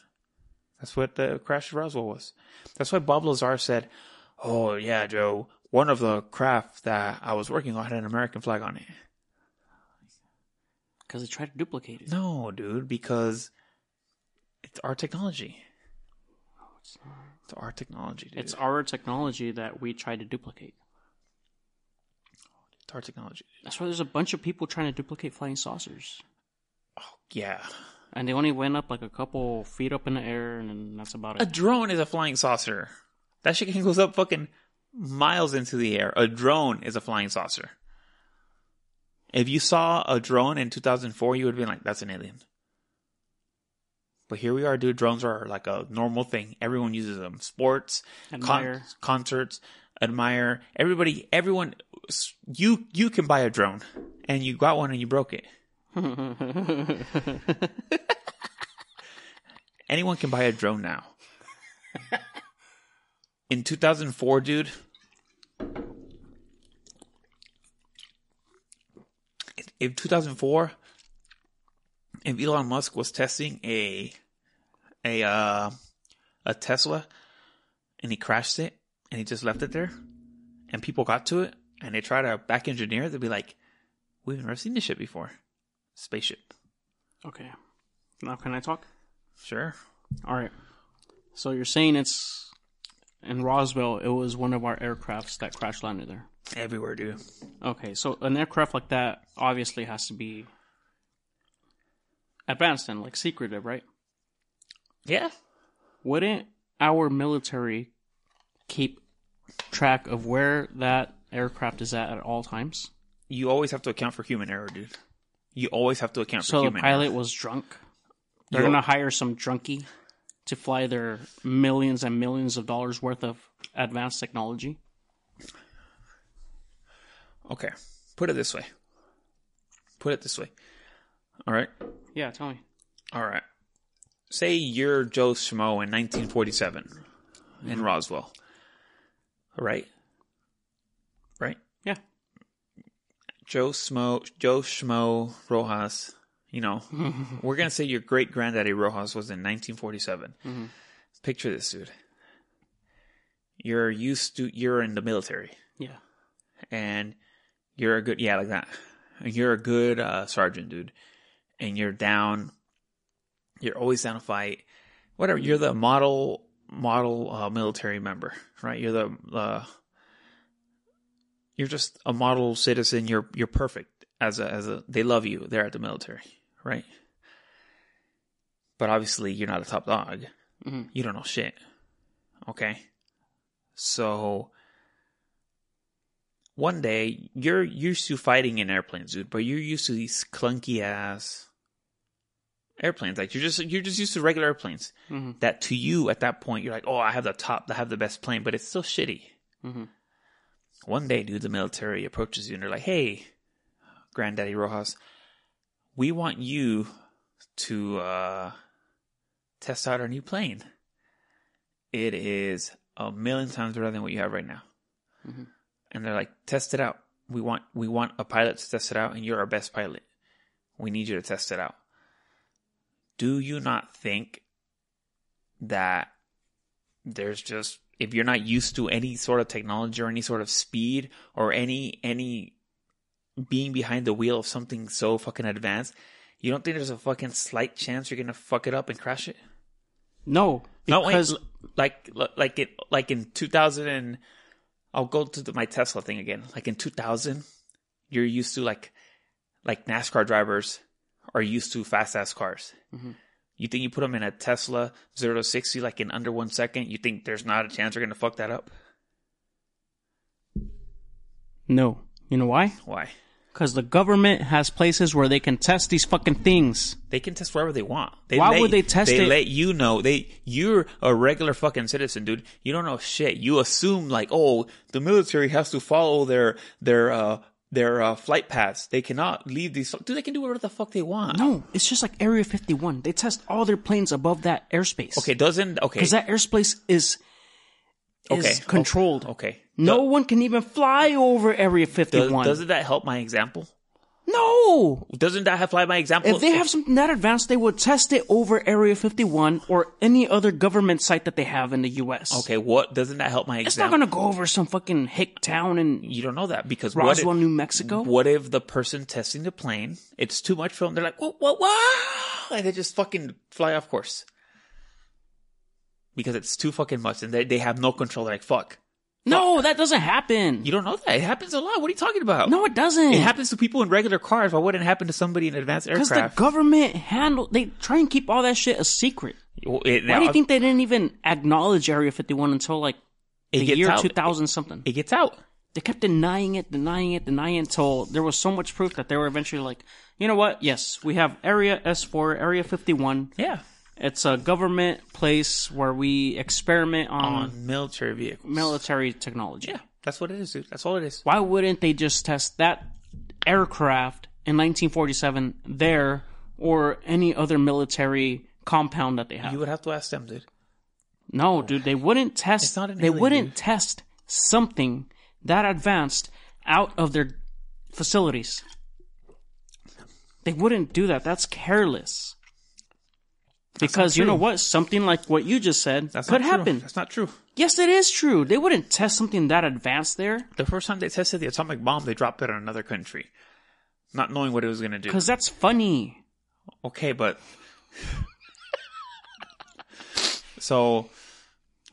[SPEAKER 1] That's what the crash of Roswell was. That's why Bob Lazar said, Oh, yeah, Joe, one of the craft that I was working on had an American flag on it.
[SPEAKER 2] Because they tried to duplicate it.
[SPEAKER 1] No, dude, because it's our technology.
[SPEAKER 2] it's not.
[SPEAKER 1] It's our technology, dude.
[SPEAKER 2] It's our technology that we tried to duplicate.
[SPEAKER 1] It's our technology.
[SPEAKER 2] That's why there's a bunch of people trying to duplicate flying saucers.
[SPEAKER 1] Yeah.
[SPEAKER 2] And they only went up like a couple feet up in the air, and then that's about
[SPEAKER 1] A
[SPEAKER 2] it.
[SPEAKER 1] drone is a flying saucer. That shit can goes up fucking miles into the air. A drone is a flying saucer. If you saw a drone in 2004, you would have been like, that's an alien. But here we are, dude. Drones are like a normal thing. Everyone uses them. Sports, con-
[SPEAKER 2] Admire.
[SPEAKER 1] concerts, admire. Everybody, everyone, you, you can buy a drone and you got one and you broke it.
[SPEAKER 2] [laughs]
[SPEAKER 1] anyone can buy a drone [laughs] now. In 2004, dude, in 2004, if Elon Musk was testing a a uh, a Tesla and he crashed it and he just left it there, and people got to it and they try to back engineer it, they'd be like, "We've never seen this shit before, spaceship."
[SPEAKER 2] okay. Now, can I talk?
[SPEAKER 1] Sure,
[SPEAKER 2] All right. So you're saying it's in Roswell, it was one of our aircrafts that crash landed there.
[SPEAKER 1] everywhere, dude.
[SPEAKER 2] Okay, so an aircraft like that obviously has to be advanced and like secretive, right?
[SPEAKER 1] Yeah,
[SPEAKER 2] Wouldn't our military keep track of where that aircraft is at at all times?
[SPEAKER 1] you always have to account for human error, dude. You always have to account for
[SPEAKER 2] So the
[SPEAKER 1] human
[SPEAKER 2] pilot
[SPEAKER 1] error.
[SPEAKER 2] was drunk. They're
[SPEAKER 1] Yo.
[SPEAKER 2] gonna hire some drunkie to fly their millions and millions of dollars worth of advanced technology.
[SPEAKER 1] Okay, put it this way. Put it this way. All right,
[SPEAKER 2] Yeah, tell [laughs] me.
[SPEAKER 1] all right. Say you're Joe Schmo in 1947
[SPEAKER 2] Mm-hmm.
[SPEAKER 1] in Roswell. All right, right.
[SPEAKER 2] Yeah.
[SPEAKER 1] Joe Schmo, Joe Schmo Rojas. You know,
[SPEAKER 2] Hmm. Mm-hmm.
[SPEAKER 1] we're gonna say your great granddaddy Rojas was in 1947. Picture this, dude. You're used to you're in the military.
[SPEAKER 2] Yeah.
[SPEAKER 1] and you're a good yeah like that you're a good uh, sergeant dude and you're down You're always down to fight. Whatever. You're the model model uh, military member, right? You're the uh, you're just a model citizen. You're you're perfect as a as a. They love you there at the military, right? But obviously, you're not a top dog.
[SPEAKER 2] Mhm.
[SPEAKER 1] You don't know shit. Okay, so one day you're used to fighting in airplanes, dude, but you're used to these clunky ass airplanes. Like you're just you're just used to regular airplanes.
[SPEAKER 2] Mhm.
[SPEAKER 1] That to you at that point, you're like, oh, I have the top, I have the best plane, but it's still shitty.
[SPEAKER 2] Mhm.
[SPEAKER 1] One day, dude, the military approaches you and they're like, hey, Granddaddy Rojas, we want you to uh, test out our new plane. It is a million times better than what you have right now.
[SPEAKER 2] Mhm.
[SPEAKER 1] And they're like, test it out. We want we want a pilot to test it out, and you're our best pilot. We need you to test it out. Do you not think that there's just if you're not used to any sort of technology or any sort of speed or any any being behind the wheel of something so fucking advanced, you don't think there's a fucking slight chance you're gonna fuck it up and crash it?
[SPEAKER 2] No,
[SPEAKER 1] No, wait,
[SPEAKER 2] because
[SPEAKER 1] l- like l- like it like in 2000 and I'll go to the, my Tesla thing again. Like in 2000, you're used to like like NASCAR drivers are used to fast ass cars.
[SPEAKER 2] Mhm.
[SPEAKER 1] You think you put them in a Tesla 0 to 60 like in under 1 second, you think there's not a chance they're going to fuck that up?
[SPEAKER 2] no. You know why?
[SPEAKER 1] Why?
[SPEAKER 2] Because the government has places where they can test these fucking things.
[SPEAKER 1] They can test wherever they want. They
[SPEAKER 2] Why
[SPEAKER 1] let-
[SPEAKER 2] would they test
[SPEAKER 1] They
[SPEAKER 2] it?
[SPEAKER 1] let you know. They you're a regular fucking citizen, dude. You don't know shit. You assume like, oh, the military has to follow their their uh their uh, flight paths. They cannot leave these. Dude, they can do whatever the fuck they want.
[SPEAKER 2] No, it's just like Area 51. They test all their planes above that airspace.
[SPEAKER 1] Okay, doesn't okay.
[SPEAKER 2] Because that airspace is, is
[SPEAKER 1] okay oh,
[SPEAKER 2] controlled.
[SPEAKER 1] Okay.
[SPEAKER 2] No
[SPEAKER 1] Do-
[SPEAKER 2] one can even fly over Area
[SPEAKER 1] does,
[SPEAKER 2] 51.
[SPEAKER 1] doesn't that help my example?
[SPEAKER 2] no!
[SPEAKER 1] Doesn't that help my example?
[SPEAKER 2] If they have something that advanced, they would test it over Area 51 or any other government site that they have in the U.S.
[SPEAKER 1] okay, what doesn't that help my
[SPEAKER 2] It's not
[SPEAKER 1] example?
[SPEAKER 2] going to go over some fucking hick town in
[SPEAKER 1] you don't know that because what if-
[SPEAKER 2] Roswell, New Mexico.
[SPEAKER 1] What if the person testing the plane, it's too much for them? They're like, whoa, whoa, whoa! And they just fucking fly off course. Because it's too fucking much and they, they have no control. They're like, fuck.
[SPEAKER 2] No, that doesn't happen.
[SPEAKER 1] You don't know that. It happens a lot. What are you talking about?
[SPEAKER 2] No, it doesn't.
[SPEAKER 1] It happens to people in regular cars. Why wouldn't it happen to somebody in advanced
[SPEAKER 2] Because the
[SPEAKER 1] aircraft?
[SPEAKER 2] government handle, they try and keep all that shit a secret.
[SPEAKER 1] Well, it-
[SPEAKER 2] Why do
[SPEAKER 1] now-
[SPEAKER 2] you think they didn't even acknowledge Area 51 until like
[SPEAKER 1] it
[SPEAKER 2] the
[SPEAKER 1] gets
[SPEAKER 2] year
[SPEAKER 1] out.
[SPEAKER 2] 2000 something?
[SPEAKER 1] It gets out.
[SPEAKER 2] They kept denying it, denying it, denying it until there was so much proof that they were eventually like, you know what? Yes, we have Area S4, Area 51.
[SPEAKER 1] Yeah.
[SPEAKER 2] It's a government place where we experiment on
[SPEAKER 1] On military vehicles.
[SPEAKER 2] military technology.
[SPEAKER 1] yeah. That's what it is, dude. That's all it is.
[SPEAKER 2] Why wouldn't they just test that aircraft in 1947 there or any other military compound that they have?
[SPEAKER 1] You would have to ask them, dude.
[SPEAKER 2] No, dude, they wouldn't test.
[SPEAKER 1] It's not an
[SPEAKER 2] they
[SPEAKER 1] alien,
[SPEAKER 2] wouldn't
[SPEAKER 1] dude.
[SPEAKER 2] test something that advanced out of their facilities. They wouldn't do that. That's careless. Because you know what? Something like what you just said
[SPEAKER 1] That's
[SPEAKER 2] could
[SPEAKER 1] not true.
[SPEAKER 2] happen.
[SPEAKER 1] That's not true.
[SPEAKER 2] Yes, it is true. They wouldn't test something that advanced there
[SPEAKER 1] The first time they tested the atomic bomb, they dropped it on another country, not knowing what it was going to do.
[SPEAKER 2] because that's funny.
[SPEAKER 1] Okay, but [laughs] so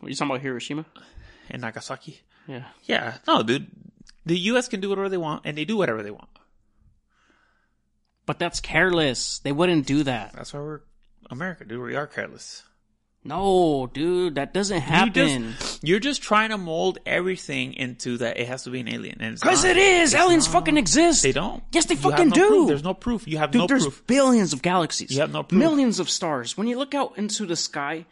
[SPEAKER 2] What you talking about Hiroshima?
[SPEAKER 1] in Nagasaki,
[SPEAKER 2] Yeah.
[SPEAKER 1] yeah, no, dude, the U.S. can do whatever they want, and they do whatever they want.
[SPEAKER 2] But that's careless. They wouldn't do that.
[SPEAKER 1] That's why we're America, dude. We are careless.
[SPEAKER 2] No, dude, that doesn't
[SPEAKER 1] You
[SPEAKER 2] happen.
[SPEAKER 1] just, you're just trying to mold everything into that it has to be an alien, and it's
[SPEAKER 2] Because
[SPEAKER 1] not.
[SPEAKER 2] it is. Aliens fucking exist.
[SPEAKER 1] They don't.
[SPEAKER 2] Yes, they
[SPEAKER 1] You have
[SPEAKER 2] fucking
[SPEAKER 1] no
[SPEAKER 2] do.
[SPEAKER 1] proof. There's no proof. You have
[SPEAKER 2] Dude,
[SPEAKER 1] no
[SPEAKER 2] there's
[SPEAKER 1] proof.
[SPEAKER 2] billions of galaxies.
[SPEAKER 1] You have no proof.
[SPEAKER 2] Millions of stars. When you look out into the sky,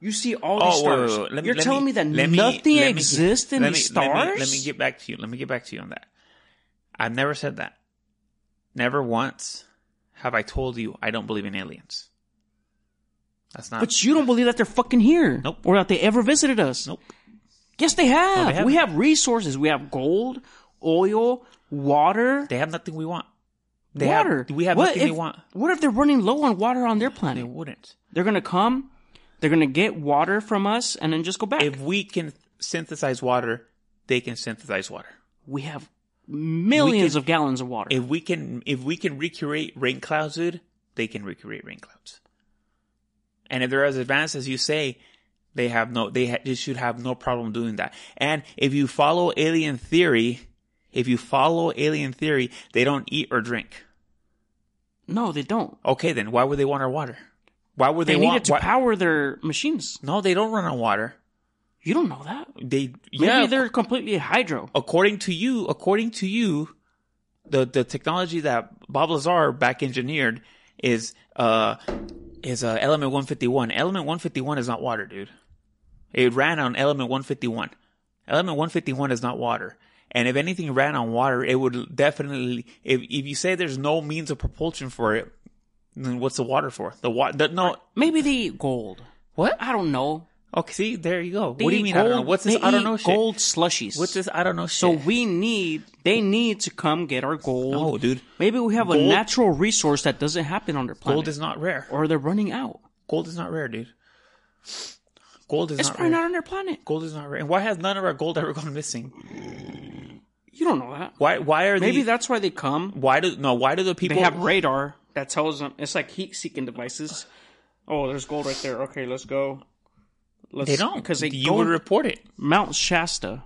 [SPEAKER 2] you see all these
[SPEAKER 1] Oh, wait,
[SPEAKER 2] stars.
[SPEAKER 1] wait, wait. Let me-
[SPEAKER 2] You're
[SPEAKER 1] let
[SPEAKER 2] telling me, that
[SPEAKER 1] let
[SPEAKER 2] nothing
[SPEAKER 1] let me-
[SPEAKER 2] exists in
[SPEAKER 1] let
[SPEAKER 2] these
[SPEAKER 1] me- let
[SPEAKER 2] stars?
[SPEAKER 1] me- Let me, get back to you. Let me get back to you on that. I've never said that. Never once have I told you I don't believe in aliens. That's not.
[SPEAKER 2] But you don't believe that they're fucking here.
[SPEAKER 1] Nope.
[SPEAKER 2] Or that they ever visited us.
[SPEAKER 1] Nope.
[SPEAKER 2] Yes, they have.
[SPEAKER 1] they
[SPEAKER 2] we
[SPEAKER 1] haven't.
[SPEAKER 2] have resources. We have gold, oil, water,
[SPEAKER 1] they have nothing we want. They have-
[SPEAKER 2] water.
[SPEAKER 1] we have
[SPEAKER 2] what
[SPEAKER 1] nothing
[SPEAKER 2] if,
[SPEAKER 1] they want.
[SPEAKER 2] What if they're running low on water on their
[SPEAKER 1] They
[SPEAKER 2] planet?
[SPEAKER 1] wouldn't.
[SPEAKER 2] They're gonna come. They're gonna get water from us and then just go back.
[SPEAKER 1] If we can synthesize water, they can synthesize water.
[SPEAKER 2] we have millions
[SPEAKER 1] can-
[SPEAKER 2] of gallons of water.
[SPEAKER 1] If we can, if we can recreate rain clouds, dude, they can recreate rain clouds. And if they're as advanced as you say, they have no, they, ha- they should have no problem doing that. And if you follow alien theory, if you follow alien theory, they don't eat or drink.
[SPEAKER 2] No, they don't.
[SPEAKER 1] Okay, then why would they want our water? Why would
[SPEAKER 2] They,
[SPEAKER 1] they,
[SPEAKER 2] need
[SPEAKER 1] want?
[SPEAKER 2] it to
[SPEAKER 1] why-
[SPEAKER 2] power their machines.
[SPEAKER 1] no, they don't run on water.
[SPEAKER 2] You don't know that.
[SPEAKER 1] They
[SPEAKER 2] Maybe
[SPEAKER 1] yeah,
[SPEAKER 2] they're completely hydro.
[SPEAKER 1] according to you, according to you, the the technology that Bob Lazar back engineered is uh is uh, element 151. Element 151 is not water, dude. It ran on element 151. Element 151 is not water. And if anything ran on water, it would definitely if if you say there's no means of propulsion for it, then what's the water for? The water no
[SPEAKER 2] Maybe they eat gold.
[SPEAKER 1] what?
[SPEAKER 2] I don't know.
[SPEAKER 1] Okay, see, there you go.
[SPEAKER 2] They
[SPEAKER 1] what do you
[SPEAKER 2] eat
[SPEAKER 1] mean I
[SPEAKER 2] Gold,
[SPEAKER 1] don't know? What's this
[SPEAKER 2] they
[SPEAKER 1] I don't
[SPEAKER 2] eat
[SPEAKER 1] know shit?
[SPEAKER 2] Gold slushies.
[SPEAKER 1] What's this I don't know
[SPEAKER 2] So
[SPEAKER 1] shit?
[SPEAKER 2] we need. They need to come get our gold.
[SPEAKER 1] No, dude.
[SPEAKER 2] Maybe we have a
[SPEAKER 1] Gold-
[SPEAKER 2] natural resource that doesn't happen on their planet,
[SPEAKER 1] Gold is not rare.
[SPEAKER 2] or they're running out.
[SPEAKER 1] Gold is not rare, dude. Gold is
[SPEAKER 2] It's
[SPEAKER 1] not
[SPEAKER 2] probably
[SPEAKER 1] rare.
[SPEAKER 2] not on their planet.
[SPEAKER 1] gold is not rare. And why has none of our gold ever gone missing?
[SPEAKER 2] You don't know that.
[SPEAKER 1] Why? Why are
[SPEAKER 2] Maybe
[SPEAKER 1] the,
[SPEAKER 2] that's why they come.
[SPEAKER 1] Why do no? Why do the people?
[SPEAKER 2] They have radar that tells them. It's like heat-seeking devices. Oh, there's gold right there. Okay, let's go. Let's,
[SPEAKER 1] They don't
[SPEAKER 2] because they
[SPEAKER 1] you
[SPEAKER 2] go
[SPEAKER 1] would report it.
[SPEAKER 2] Mount Shasta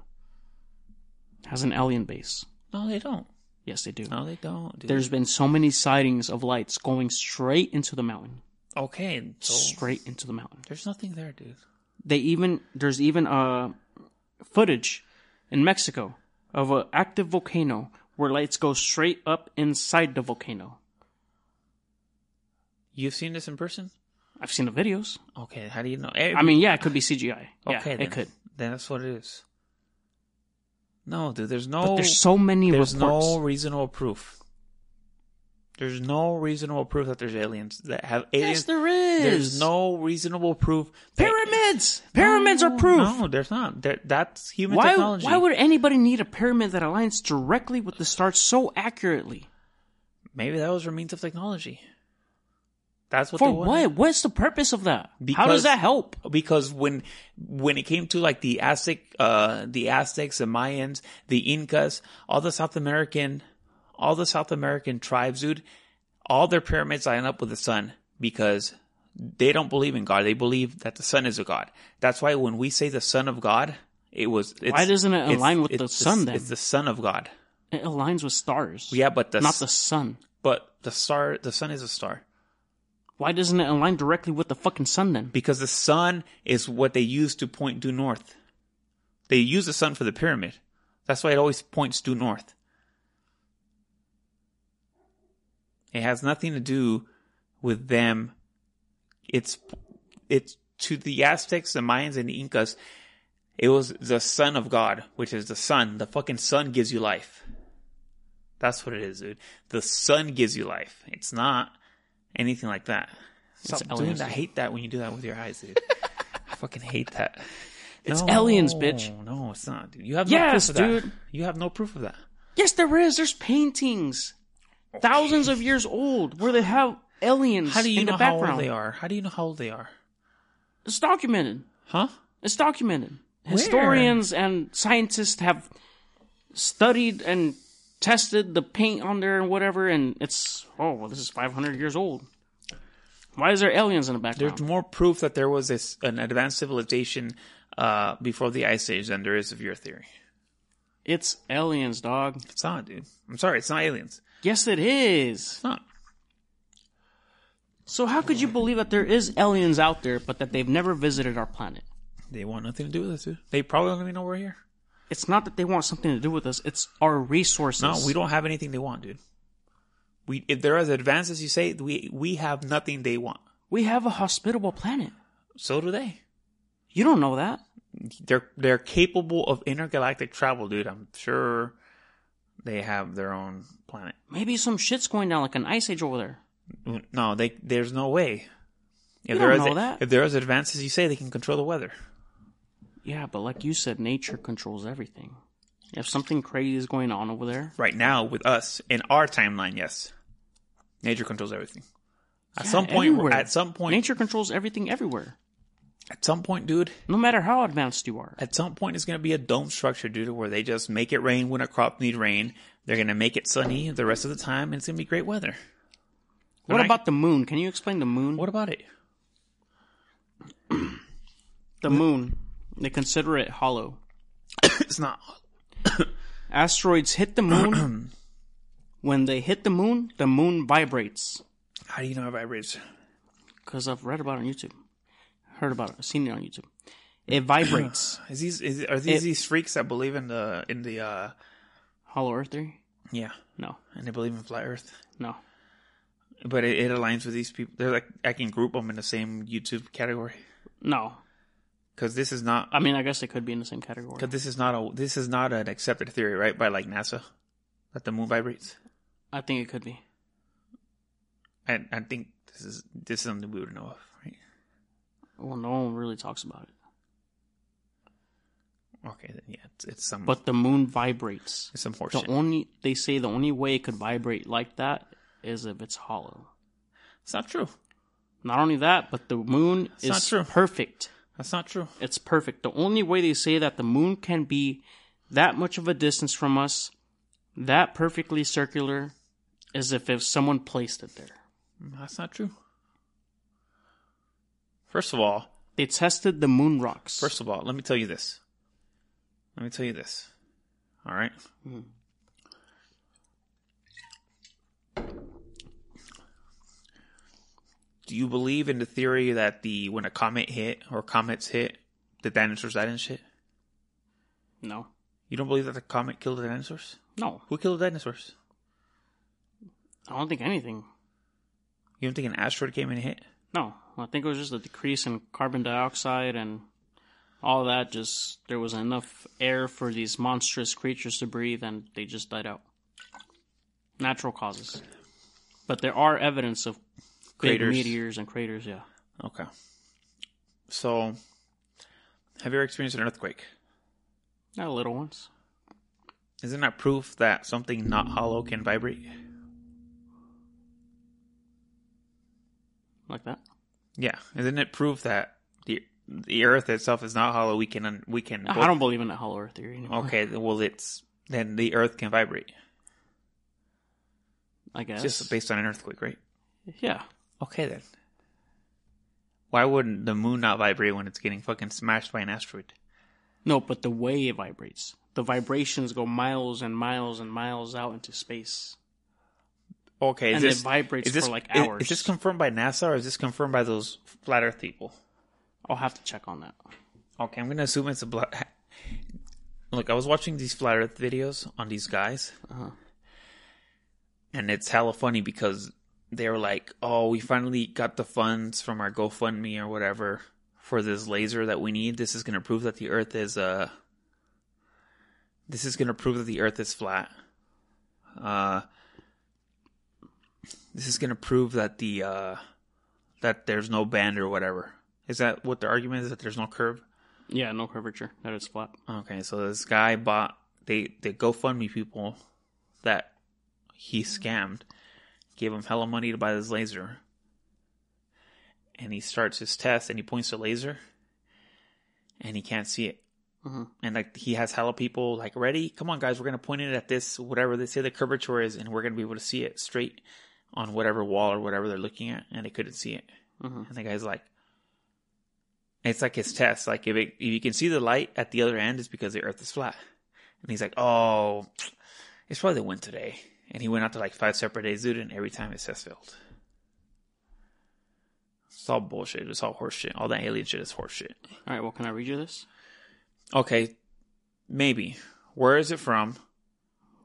[SPEAKER 2] has an alien base.
[SPEAKER 1] No, they don't.
[SPEAKER 2] Yes, they do.
[SPEAKER 1] No, Oh, they don't. Dude.
[SPEAKER 2] There's been so many sightings of lights going straight into the mountain,
[SPEAKER 1] okay. So
[SPEAKER 2] straight into the mountain.
[SPEAKER 1] there's nothing there, dude.
[SPEAKER 2] They even there's even uh footage in Mexico of an active volcano where lights go straight up inside the volcano.
[SPEAKER 1] You've seen this in person.
[SPEAKER 2] I've seen the videos.
[SPEAKER 1] Okay. How do you know? Eh,
[SPEAKER 2] I mean, yeah, it could be CGI. Yeah,
[SPEAKER 1] okay,
[SPEAKER 2] it
[SPEAKER 1] then.
[SPEAKER 2] could.
[SPEAKER 1] Then that's what it is. No, dude. There's no.
[SPEAKER 2] But there's so many
[SPEAKER 1] there's
[SPEAKER 2] reports.
[SPEAKER 1] no reasonable proof. There's no reasonable proof that there's aliens that have aliens.
[SPEAKER 2] yes, there is.
[SPEAKER 1] There's no reasonable proof. that-
[SPEAKER 2] pyramids. Pyramids
[SPEAKER 1] No,
[SPEAKER 2] are proof.
[SPEAKER 1] No, there's not. There, that's human
[SPEAKER 2] Why,
[SPEAKER 1] technology.
[SPEAKER 2] why would anybody need a pyramid that aligns directly with the stars so accurately?
[SPEAKER 1] maybe that was their means of technology? That's what
[SPEAKER 2] For
[SPEAKER 1] they
[SPEAKER 2] what?
[SPEAKER 1] wanted.
[SPEAKER 2] What's the purpose of that? How
[SPEAKER 1] Because-
[SPEAKER 2] does that help?
[SPEAKER 1] Because when when it came to like the Aztec, uh, the Aztecs, the Mayans, the Incas, all the South American, all the South American tribes, dude, all their pyramids line up with the sun because they don't believe in God. They believe that the sun is a god. That's why when we say the son of God, it was. It's,
[SPEAKER 2] Why doesn't it
[SPEAKER 1] it's-
[SPEAKER 2] align with
[SPEAKER 1] it's
[SPEAKER 2] the sun, then?
[SPEAKER 1] It's the son of God.
[SPEAKER 2] It aligns with stars.
[SPEAKER 1] Yeah, but the
[SPEAKER 2] not the sun.
[SPEAKER 1] But the star, the sun is a star
[SPEAKER 2] Why doesn't it align directly with the fucking sun then?
[SPEAKER 1] because the sun is what they use to point due north. They use the sun for the pyramid. That's why it always points due north. It has nothing to do with them. It's it's to the Aztecs, the Mayans, and the Incas. It was the sun of God, which is the sun. The fucking sun gives you life. That's what it is, dude. The sun gives you life. It's not anything like that. Stop doing
[SPEAKER 2] aliens,
[SPEAKER 1] that. I
[SPEAKER 2] dude.
[SPEAKER 1] hate that when you do that with your eyes,
[SPEAKER 2] [laughs]
[SPEAKER 1] dude. I fucking hate that.
[SPEAKER 2] It's aliens, bitch.
[SPEAKER 1] No, it's not, dude. You have
[SPEAKER 2] Yes,
[SPEAKER 1] no proof of
[SPEAKER 2] dude.
[SPEAKER 1] that. You have no proof of that.
[SPEAKER 2] Yes, there is. There's paintings, thousands of years old, where they have aliens
[SPEAKER 1] How do you
[SPEAKER 2] in
[SPEAKER 1] know
[SPEAKER 2] the
[SPEAKER 1] how
[SPEAKER 2] background.
[SPEAKER 1] old they are? How do you know how old they are?
[SPEAKER 2] It's documented.
[SPEAKER 1] Huh?
[SPEAKER 2] It's documented. Historians and scientists have studied and tested the paint on there and whatever, and it's oh well, this is 500 years old. Why is there aliens in the background?
[SPEAKER 1] There's more proof that there was this, an advanced civilization uh, before the Ice Age than there is of your theory.
[SPEAKER 2] It's aliens, dog.
[SPEAKER 1] It's not, dude. I'm sorry, it's not aliens.
[SPEAKER 2] Yes, it is.
[SPEAKER 1] It's not.
[SPEAKER 2] So how could you believe that there is aliens out there, but that they've never visited our planet?
[SPEAKER 1] They want nothing to do with us, dude. They probably don't even know we're here.
[SPEAKER 2] It's not that they want something to do with us. It's our resources.
[SPEAKER 1] No, we don't have anything they want, dude. We, if they're as advanced as you say, we we have nothing they want.
[SPEAKER 2] We have a hospitable planet.
[SPEAKER 1] So do they.
[SPEAKER 2] You don't know that.
[SPEAKER 1] They're they're capable of intergalactic travel, dude. I'm sure they have their own planet.
[SPEAKER 2] Maybe some shit's going down, like an ice age over there.
[SPEAKER 1] No, they there's no way. If
[SPEAKER 2] You
[SPEAKER 1] they're
[SPEAKER 2] don't
[SPEAKER 1] as-
[SPEAKER 2] know that.
[SPEAKER 1] if they're as advanced as you say, they can control the weather.
[SPEAKER 2] Yeah, but like you said, nature controls everything. If something crazy is going on over there,
[SPEAKER 1] right now with us in our timeline, yes, nature controls everything. At
[SPEAKER 2] yeah,
[SPEAKER 1] some point,
[SPEAKER 2] everywhere.
[SPEAKER 1] at some point,
[SPEAKER 2] nature controls everything everywhere.
[SPEAKER 1] at some point, dude,
[SPEAKER 2] No matter how advanced you are,
[SPEAKER 1] at some point, it's gonna be a dome structure, dude, where they just make it rain when a crop need rain. They're gonna make it sunny the rest of the time, and it's gonna be great weather.
[SPEAKER 2] what
[SPEAKER 1] I-
[SPEAKER 2] about the moon? Can you explain the moon?
[SPEAKER 1] What about it?
[SPEAKER 2] The moon. They consider it hollow.
[SPEAKER 1] [laughs] It's not.
[SPEAKER 2] Asteroids hit
[SPEAKER 1] [clears throat]
[SPEAKER 2] the moon. when they hit the moon, the moon vibrates.
[SPEAKER 1] How do you know it vibrates?
[SPEAKER 2] Because I've read about it on YouTube. Heard about it. Seen it on YouTube. It
[SPEAKER 1] [clears throat]
[SPEAKER 2] vibrates.
[SPEAKER 1] Is these is, are these
[SPEAKER 2] It-
[SPEAKER 1] these freaks that believe in the in the uh
[SPEAKER 2] hollow Earth theory?
[SPEAKER 1] yeah,
[SPEAKER 2] No.
[SPEAKER 1] and they believe in flat Earth?
[SPEAKER 2] No.
[SPEAKER 1] But it, it aligns with these people. They're like I can group them in the same YouTube category
[SPEAKER 2] No.
[SPEAKER 1] because this is not
[SPEAKER 2] I mean, I guess they could be in the same category.
[SPEAKER 1] because this is not a this is not an accepted theory, right? By like NASA, that the moon vibrates.
[SPEAKER 2] I think it could be.
[SPEAKER 1] I I think this is this is something we would know of, right?
[SPEAKER 2] Well, no one really talks about it.
[SPEAKER 1] Okay, then yeah, it's, it's some
[SPEAKER 2] But the moon vibrates.
[SPEAKER 1] it's some
[SPEAKER 2] The
[SPEAKER 1] horseshit.
[SPEAKER 2] only they say the only way it could vibrate like that is if it's hollow.
[SPEAKER 1] it's not true.
[SPEAKER 2] Not only that, but the moon
[SPEAKER 1] not
[SPEAKER 2] is
[SPEAKER 1] true.
[SPEAKER 2] perfect.
[SPEAKER 1] That's not true.
[SPEAKER 2] It's perfect. The only way they say that the moon can be that much of a distance from us, that perfectly circular, is if, if someone placed it there.
[SPEAKER 1] That's not true. First of all,
[SPEAKER 2] They tested the moon rocks.
[SPEAKER 1] First of all, let me tell you this. Let me tell you this. All right. Do you believe in the theory that the when a comet hit or comets hit, the dinosaurs died and shit?
[SPEAKER 2] no.
[SPEAKER 1] You don't believe that the comet killed the dinosaurs?
[SPEAKER 2] No.
[SPEAKER 1] Who killed the dinosaurs?
[SPEAKER 2] I don't think anything.
[SPEAKER 1] You don't think an asteroid came and hit?
[SPEAKER 2] No. I think it was just a decrease in carbon dioxide and all that just there was enough air for these monstrous creatures to breathe and they just died out. Natural causes. But there are evidence of
[SPEAKER 1] Craters.
[SPEAKER 2] craters. meteors and craters, yeah.
[SPEAKER 1] Okay. So, have you ever experienced an earthquake?
[SPEAKER 2] Not little ones.
[SPEAKER 1] Isn't that proof that something not hollow can vibrate?
[SPEAKER 2] Like that.
[SPEAKER 1] Yeah, isn't it proof that the the Earth itself is not hollow? We can un- we can.
[SPEAKER 2] I don't believe in the hollow earth theory anymore.
[SPEAKER 1] Okay, well, it's then the Earth can vibrate
[SPEAKER 2] I guess.
[SPEAKER 1] just based on an earthquake, right?
[SPEAKER 2] yeah.
[SPEAKER 1] Okay then. Why wouldn't the moon not vibrate when it's getting fucking smashed by an asteroid?
[SPEAKER 2] No, but the way it vibrates. The vibrations go miles and miles and miles out into space.
[SPEAKER 1] Okay, is
[SPEAKER 2] And it
[SPEAKER 1] this,
[SPEAKER 2] vibrates
[SPEAKER 1] is this,
[SPEAKER 2] for, like,
[SPEAKER 1] is- Is,
[SPEAKER 2] hours.
[SPEAKER 1] this confirmed by NASA or is this confirmed by those flat Earth people?
[SPEAKER 2] I'll have to check on that.
[SPEAKER 1] Okay, I'm gonna assume it's a black. [laughs] Look, I was watching these flat Earth videos on these guys,
[SPEAKER 2] Uh-huh.
[SPEAKER 1] and it's hella funny because they were like, "Oh, we finally got the funds from our GoFundMe or whatever for this laser that we need. This is gonna prove that the Earth is uh, this is gonna prove that the Earth is flat. Uh, this is gonna prove that the uh, that there's no bend or whatever. Is that what the argument is that there's no curve?
[SPEAKER 2] Yeah, no curvature. That is flat.
[SPEAKER 1] Okay, so this guy bought they the GoFundMe people that he scammed gave him hella money to buy this laser. And he starts his test and he points the laser and he can't see it.
[SPEAKER 2] Mhm.
[SPEAKER 1] And like he has hella people like ready, come on guys, we're gonna point it at this whatever they say the curvature is, and we're gonna be able to see it straight on whatever wall or whatever they're looking at, and they couldn't see it.
[SPEAKER 2] Mhm.
[SPEAKER 1] And the guy's like, it's like his test. Like if it, if you can see the light at the other end, it's because the Earth is flat. And he's like, oh, it's probably the wind today. And he went out to like five separate days, dude, and every time his test failed. It's all bullshit. It's all horseshit. All that alien shit is horseshit.
[SPEAKER 2] All right, well, can I read you this?
[SPEAKER 1] Okay, maybe. Where is it from?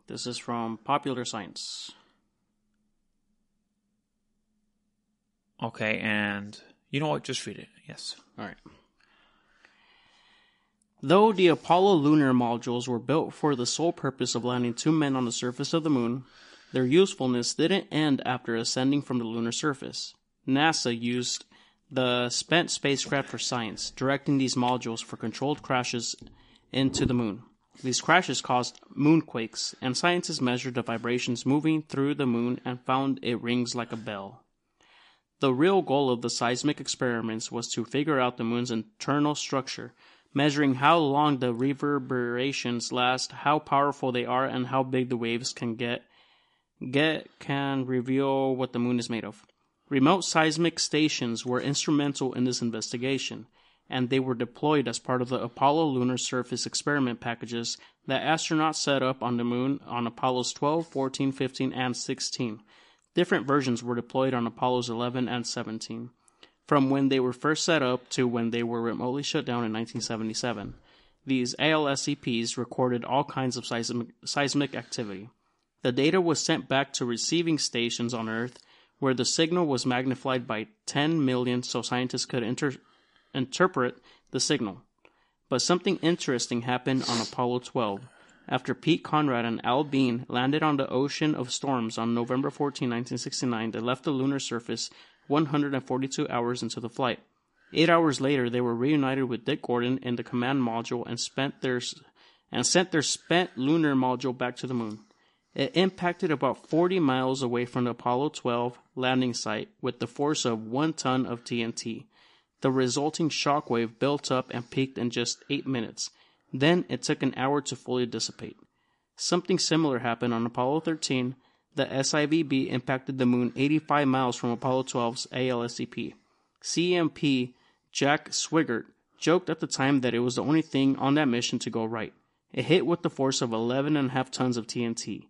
[SPEAKER 2] This is from Popular Science.
[SPEAKER 1] Okay, and you know what? Just read it. Yes.
[SPEAKER 2] All right. Though the Apollo lunar modules were built for the sole purpose of landing two men on the surface of the moon, their usefulness didn't end after ascending from the lunar surface. NASA used the spent spacecraft for science, directing these modules for controlled crashes into the moon. These crashes caused moonquakes, and scientists measured the vibrations moving through the moon and found it rings like a bell. The real goal of the seismic experiments was to figure out the moon's internal structure, measuring how long the reverberations last, how powerful they are, and how big the waves can get. Get can reveal what the moon is made of. Remote seismic stations were instrumental in this investigation, and they were deployed as part of the Apollo lunar surface experiment packages that astronauts set up on the moon on Apollos 12, 14, 15, and 16. Different versions were deployed on Apollos 11 and 17, from when they were first set up to when they were remotely shut down in 1977. These ALSCPs recorded all kinds of seismic, seismic activity. The data was sent back to receiving stations on Earth where the signal was magnified by 10 million so scientists could inter- interpret the signal. But something interesting happened on Apollo 12. After Pete Conrad and Al Bean landed on the ocean of storms on November 14, 1969, they left the lunar surface 142 hours into the flight. Eight hours later, they were reunited with Dick Gordon in the command module and spent their s- and sent their spent lunar module back to the moon. It impacted about 40 miles away from the Apollo 12 landing site with the force of one ton of TNT. The resulting shockwave built up and peaked in just eight minutes. Then it took an hour to fully dissipate. Something similar happened on Apollo 13. The SIVB impacted the moon 85 miles from Apollo 12's ALSCP. CMP Jack Swigert joked at the time that it was the only thing on that mission to go right. It hit with the force of 11 and a half tons of TNT.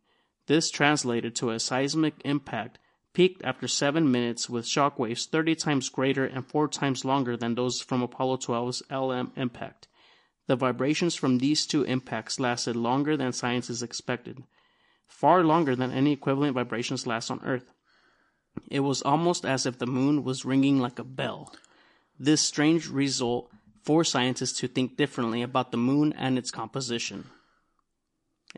[SPEAKER 2] This translated to a seismic impact peaked after 7 minutes with shock waves 30 times greater and 4 times longer than those from Apollo 12's LM impact. The vibrations from these two impacts lasted longer than science is expected, far longer than any equivalent vibrations last on Earth. It was almost as if the moon was ringing like a bell. This strange result forced scientists to think differently about the moon and its composition.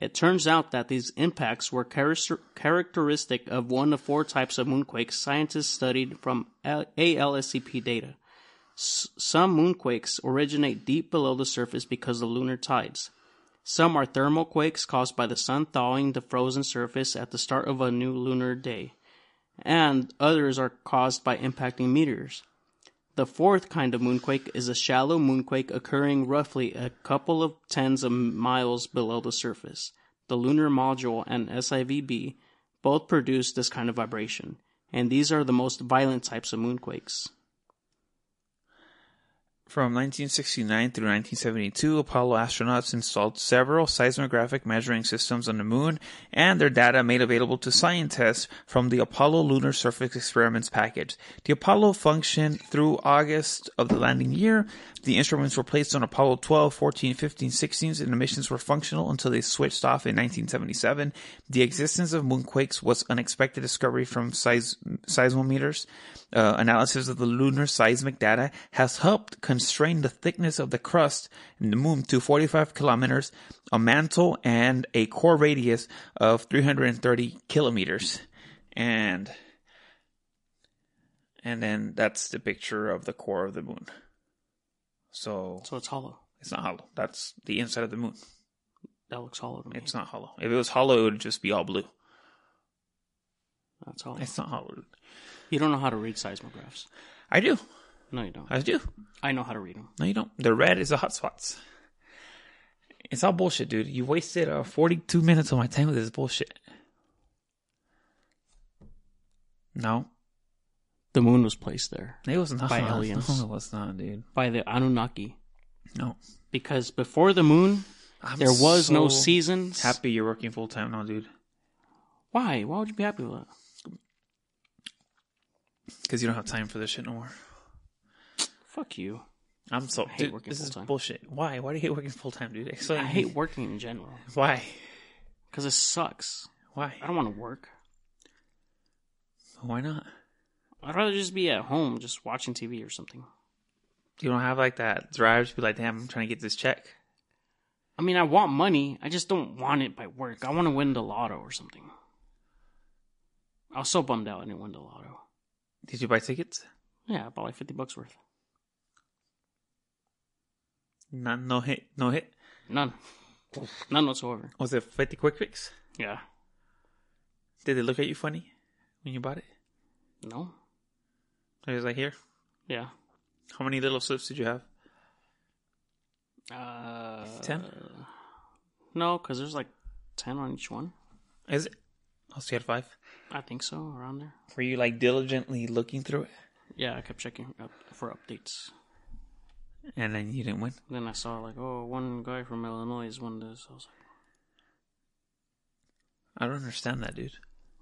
[SPEAKER 2] It turns out that these impacts were charac- characteristic of one of four types of moonquakes scientists studied from L- ALSCP data. S- some moonquakes originate deep below the surface because of lunar tides. Some are thermal quakes caused by the sun thawing the frozen surface at the start of a new lunar day, and others are caused by impacting meteors. The fourth kind of moonquake is a shallow moonquake occurring roughly a couple of tens of miles below the surface. The lunar module and SIVB both produce this kind of vibration, and these are the most violent types of moonquakes.
[SPEAKER 1] From 1969 through 1972, Apollo astronauts installed several seismographic measuring systems on the moon and their data made available to scientists from the Apollo Lunar Surface Experiments package. The Apollo functioned through August of the landing year. The instruments were placed on Apollo 12, 14, 15, 16, and the missions were functional until they switched off in 1977. The existence of moonquakes was unexpected discovery from seis- seismometers. Uh, analysis of the lunar seismic data has helped constrain the thickness of the crust in the moon to 45 kilometers, a mantle, and a core radius of 330 kilometers. And and then that's the picture of the core of the moon. So
[SPEAKER 2] So it's hollow.
[SPEAKER 1] it's not hollow. That's the inside of the moon.
[SPEAKER 2] That looks hollow to me.
[SPEAKER 1] It's not hollow. If it was hollow, it would just be all blue.
[SPEAKER 2] That's hollow.
[SPEAKER 1] It's not hollow.
[SPEAKER 2] You don't know how to read seismographs.
[SPEAKER 1] I do.
[SPEAKER 2] No, you don't.
[SPEAKER 1] I do.
[SPEAKER 2] I know how to read them.
[SPEAKER 1] No, you don't. The red is the hot spots. It's all bullshit, dude. You wasted uh, 42 minutes of my time with this bullshit. No,
[SPEAKER 2] The moon was placed there
[SPEAKER 1] it was not.
[SPEAKER 2] By aliens.
[SPEAKER 1] No, it was not, dude.
[SPEAKER 2] by the Anunnaki
[SPEAKER 1] No.
[SPEAKER 2] because before the moon,
[SPEAKER 1] I'm
[SPEAKER 2] there was no
[SPEAKER 1] so
[SPEAKER 2] seasons.
[SPEAKER 1] Happy you're working full time now, dude.
[SPEAKER 2] Why? Why would you be happy with that?
[SPEAKER 1] Because you don't have time for this shit no more.
[SPEAKER 2] Fuck you.
[SPEAKER 1] I'm so.
[SPEAKER 2] I hate
[SPEAKER 1] dude,
[SPEAKER 2] working
[SPEAKER 1] this is
[SPEAKER 2] full-time.
[SPEAKER 1] bullshit. Why? Why do you hate working full time, dude? Explain.
[SPEAKER 2] I
[SPEAKER 1] to
[SPEAKER 2] hate
[SPEAKER 1] me.
[SPEAKER 2] working in general
[SPEAKER 1] Why?
[SPEAKER 2] because it sucks.
[SPEAKER 1] Why?
[SPEAKER 2] I don't want to work.
[SPEAKER 1] Why not?
[SPEAKER 2] I'd rather just be at home, just watching TV or something.
[SPEAKER 1] You don't have like that drive to be like, damn, I'm trying to get this check.
[SPEAKER 2] I mean, I want money. I just don't want it by work. I want to win the lotto or something. I was so bummed out I didn't win the lotto.
[SPEAKER 1] Did you buy tickets?
[SPEAKER 2] Yeah, I bought like fifty bucks worth.
[SPEAKER 1] Not no hit, no hit.
[SPEAKER 2] None, none whatsoever.
[SPEAKER 1] Was it 50 quick picks?
[SPEAKER 2] Yeah.
[SPEAKER 1] Did they look at you funny when you bought it?
[SPEAKER 2] No.
[SPEAKER 1] I was like, here,
[SPEAKER 2] Yeah.
[SPEAKER 1] how many little slips did you have?
[SPEAKER 2] Uh,
[SPEAKER 1] Ten?
[SPEAKER 2] no, because there's like ten on each one.
[SPEAKER 1] Is it? Oh, so you had five.
[SPEAKER 2] I think so, around there.
[SPEAKER 1] Were you like diligently looking through it,
[SPEAKER 2] Yeah, I kept checking up for updates.
[SPEAKER 1] and then you didn't win?
[SPEAKER 2] Then I saw like, oh, one guy from Illinois won this. I was
[SPEAKER 1] I don't understand that, dude.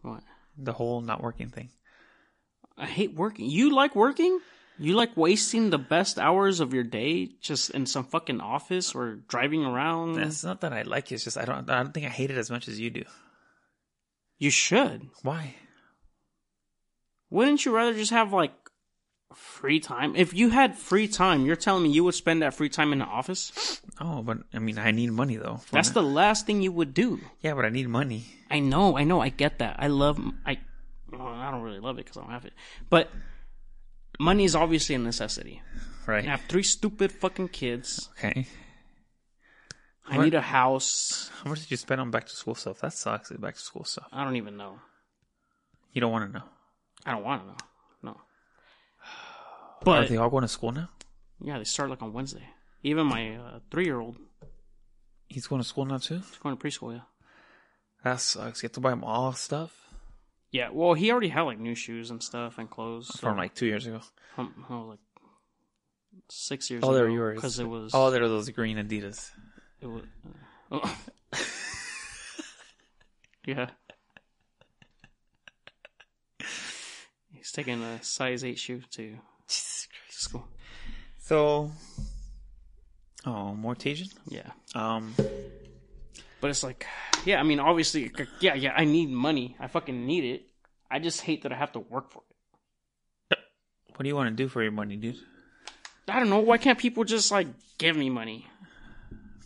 [SPEAKER 2] like, what?
[SPEAKER 1] The whole not working thing.
[SPEAKER 2] I hate working. You like working? You like wasting the best hours of your day just in some fucking office or driving around?
[SPEAKER 1] It's not that I like it. It's just I don't. I don't think I hate it as much as you do.
[SPEAKER 2] You should.
[SPEAKER 1] Why?
[SPEAKER 2] Wouldn't you rather just have like free time? If you had free time, you're telling me you would spend that free time in the office?
[SPEAKER 1] Oh, but I mean, I need money though. for
[SPEAKER 2] That's
[SPEAKER 1] it.
[SPEAKER 2] the last thing you would do.
[SPEAKER 1] yeah, but I need money.
[SPEAKER 2] I know, I know, I get that. I love, I, well, I don't really love it because I don't have it. But money is obviously a necessity.
[SPEAKER 1] Right.
[SPEAKER 2] I have three stupid fucking kids.
[SPEAKER 1] Okay.
[SPEAKER 2] I need a house.
[SPEAKER 1] How much did you spend on back to school stuff? That sucks. The back to school stuff.
[SPEAKER 2] I don't even know.
[SPEAKER 1] You don't want to know.
[SPEAKER 2] I don't want to know. No.
[SPEAKER 1] Are
[SPEAKER 2] But
[SPEAKER 1] they all going to school now?
[SPEAKER 2] yeah, they start like on Wednesday. Even my uh, three-year-old
[SPEAKER 1] He's going to school now too.
[SPEAKER 2] is going to preschool. Yeah.
[SPEAKER 1] That sucks. You have to buy him all stuff
[SPEAKER 2] Yeah. Well, he already had like new shoes and stuff and clothes so-
[SPEAKER 1] from like two years ago.
[SPEAKER 2] from, oh, like six years.
[SPEAKER 1] Oh,
[SPEAKER 2] ago,
[SPEAKER 1] they're yours.
[SPEAKER 2] because it was.
[SPEAKER 1] Oh, they're those green Adidas.
[SPEAKER 2] It was uh, yeah. He's taking a size eight shoe to school.
[SPEAKER 1] So, oh, more Tajin.
[SPEAKER 2] Yeah.
[SPEAKER 1] Um,
[SPEAKER 2] But it's like, yeah, I mean, obviously, c- yeah, yeah, I need money. I fucking need it. I just hate that I have to work for it.
[SPEAKER 1] what do you want to do for your money, dude?
[SPEAKER 2] I don't know. Why can't people just, like, give me money?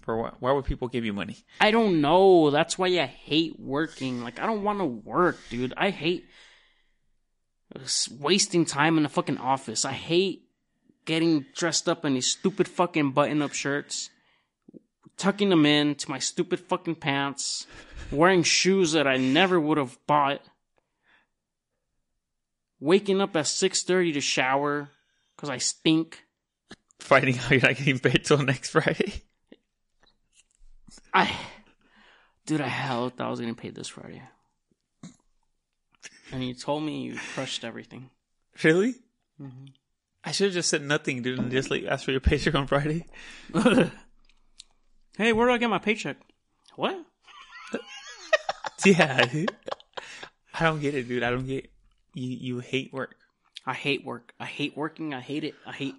[SPEAKER 1] For what? Why would people give you money?
[SPEAKER 2] I don't know. That's why I hate working. Like, I don't want to work, dude. I hate s- wasting time in the fucking office. I hate getting dressed up in these stupid fucking button up shirts, tucking them in to my stupid fucking pants, wearing shoes that I never would have bought, waking up at 6.30 to shower because I stink.
[SPEAKER 1] Finding out you're not getting paid till next [laughs] Friday.
[SPEAKER 2] I, dude, I hoped I was getting paid this Friday. And you told me you crushed everything.
[SPEAKER 1] Really?
[SPEAKER 2] Mm-hmm.
[SPEAKER 1] I should have just said nothing, dude, and just like asked for your paycheck on Friday. [laughs]
[SPEAKER 2] hey, where do I get my paycheck? What?
[SPEAKER 1] Yeah, dude. I don't get it, dude. I don't get you. You hate work.
[SPEAKER 2] I hate work. I hate working. I hate it. I hate.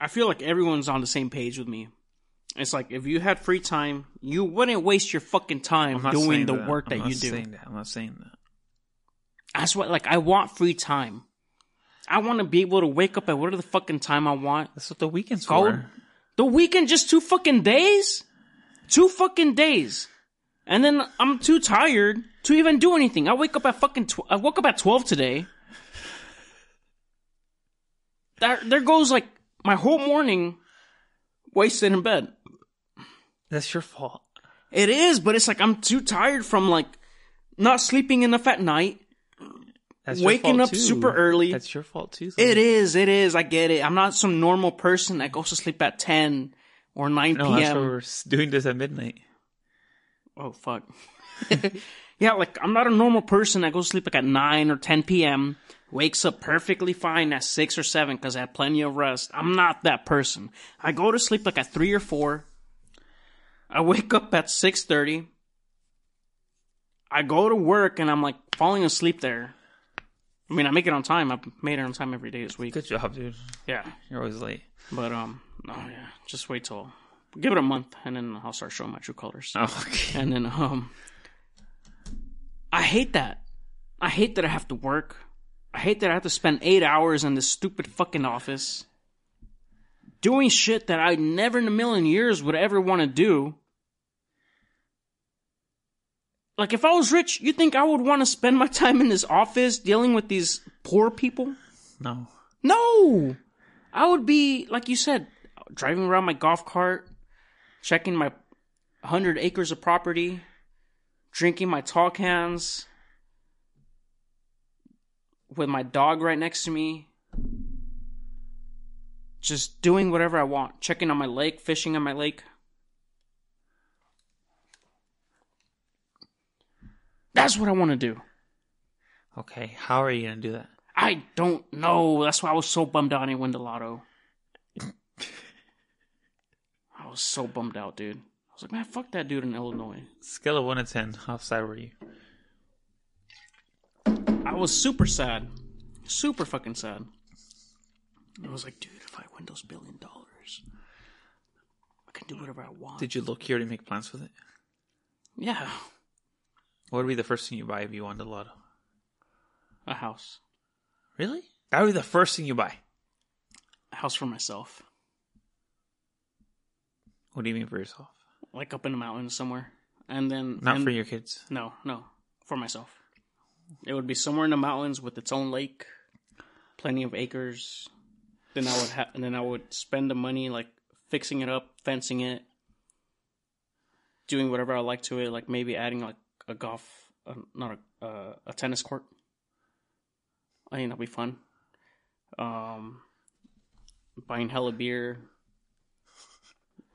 [SPEAKER 2] I feel like everyone's on the same page with me. It's like if you had free time, you wouldn't waste your fucking time doing
[SPEAKER 1] saying
[SPEAKER 2] the work
[SPEAKER 1] I'm
[SPEAKER 2] that
[SPEAKER 1] not
[SPEAKER 2] you do.
[SPEAKER 1] Saying that. I'm not saying that.
[SPEAKER 2] That's what, like, I want free time. I want to be able to wake up at whatever the fucking time I want.
[SPEAKER 1] That's what the weekends
[SPEAKER 2] Go-
[SPEAKER 1] for.
[SPEAKER 2] The weekend just two fucking days? Two fucking days. And then I'm too tired to even do anything. I wake up at fucking tw- I woke up at 12 today. There there goes like my whole morning wasted in bed.
[SPEAKER 1] That's your fault.
[SPEAKER 2] It is, but it's like I'm too tired from like not sleeping enough at night.
[SPEAKER 1] That's
[SPEAKER 2] Waking
[SPEAKER 1] your fault
[SPEAKER 2] up
[SPEAKER 1] too.
[SPEAKER 2] super early.
[SPEAKER 1] That's your fault too.
[SPEAKER 2] It is, it is. I get it. I'm not some normal person that goes to sleep at 10 or 9
[SPEAKER 1] No,
[SPEAKER 2] p.m.
[SPEAKER 1] that's why we're s- doing this at midnight.
[SPEAKER 2] Oh fuck. [laughs] yeah, like I'm not a normal person that goes to sleep like at nine or ten p.m. Wakes up perfectly fine at six or seven because I had plenty of rest. I'm not that person. I go to sleep like at three or four. I wake up at six thirty. I go to work and I'm like falling asleep there. I mean, I make it on time. I've made it on time every day this week.
[SPEAKER 1] Good job, dude.
[SPEAKER 2] Yeah,
[SPEAKER 1] You're always late.
[SPEAKER 2] but um, oh yeah, just wait till give it a month and then I'll start showing my true colors.
[SPEAKER 1] Oh, okay.
[SPEAKER 2] And then um I hate that. I hate that I have to work. I hate that I have to spend 8 hours in this stupid fucking office doing shit that I never in a million years would ever want to do. Like if I was rich, you think I would want to spend my [laughs] time in this office dealing with these poor people?
[SPEAKER 1] [laughs] No.
[SPEAKER 2] No, I would be like you said, driving around my golf cart, checking my hundred acres of property, drinking my tall cans, with my dog right next to me, just doing whatever I want, checking on my lake, fishing on my lake. That's what I want to do.
[SPEAKER 1] Okay, how are you gonna do that?
[SPEAKER 2] I don't know. That's why I was so bummed out I didn't win the lotto. I was so bummed out, dude. I was like, man, fuck that dude in Illinois.
[SPEAKER 1] Scale of one to ten, how sad were you?
[SPEAKER 2] I was super sad. Super fucking sad. I was like, dude, if I win those billion dollars, I can do whatever I want.
[SPEAKER 1] Did you look? You already make plans with it.
[SPEAKER 2] yeah.
[SPEAKER 1] What would be the first thing you buy if you won the lotto?
[SPEAKER 2] A house.
[SPEAKER 1] Really? That would be the first thing you buy.
[SPEAKER 2] A house for myself.
[SPEAKER 1] What do you mean for yourself?
[SPEAKER 2] Like up in the mountains somewhere. And then
[SPEAKER 1] Not
[SPEAKER 2] and-
[SPEAKER 1] for your kids.
[SPEAKER 2] No, no, for myself. It would be somewhere in the mountains with its own lake, plenty of acres. Then I would ha- and then I would spend the money like fixing it up, fencing it, doing whatever I like to it, like maybe adding like a golf, uh, not a uh, a tennis court. I think that'd be fun. Um, buying hella beer.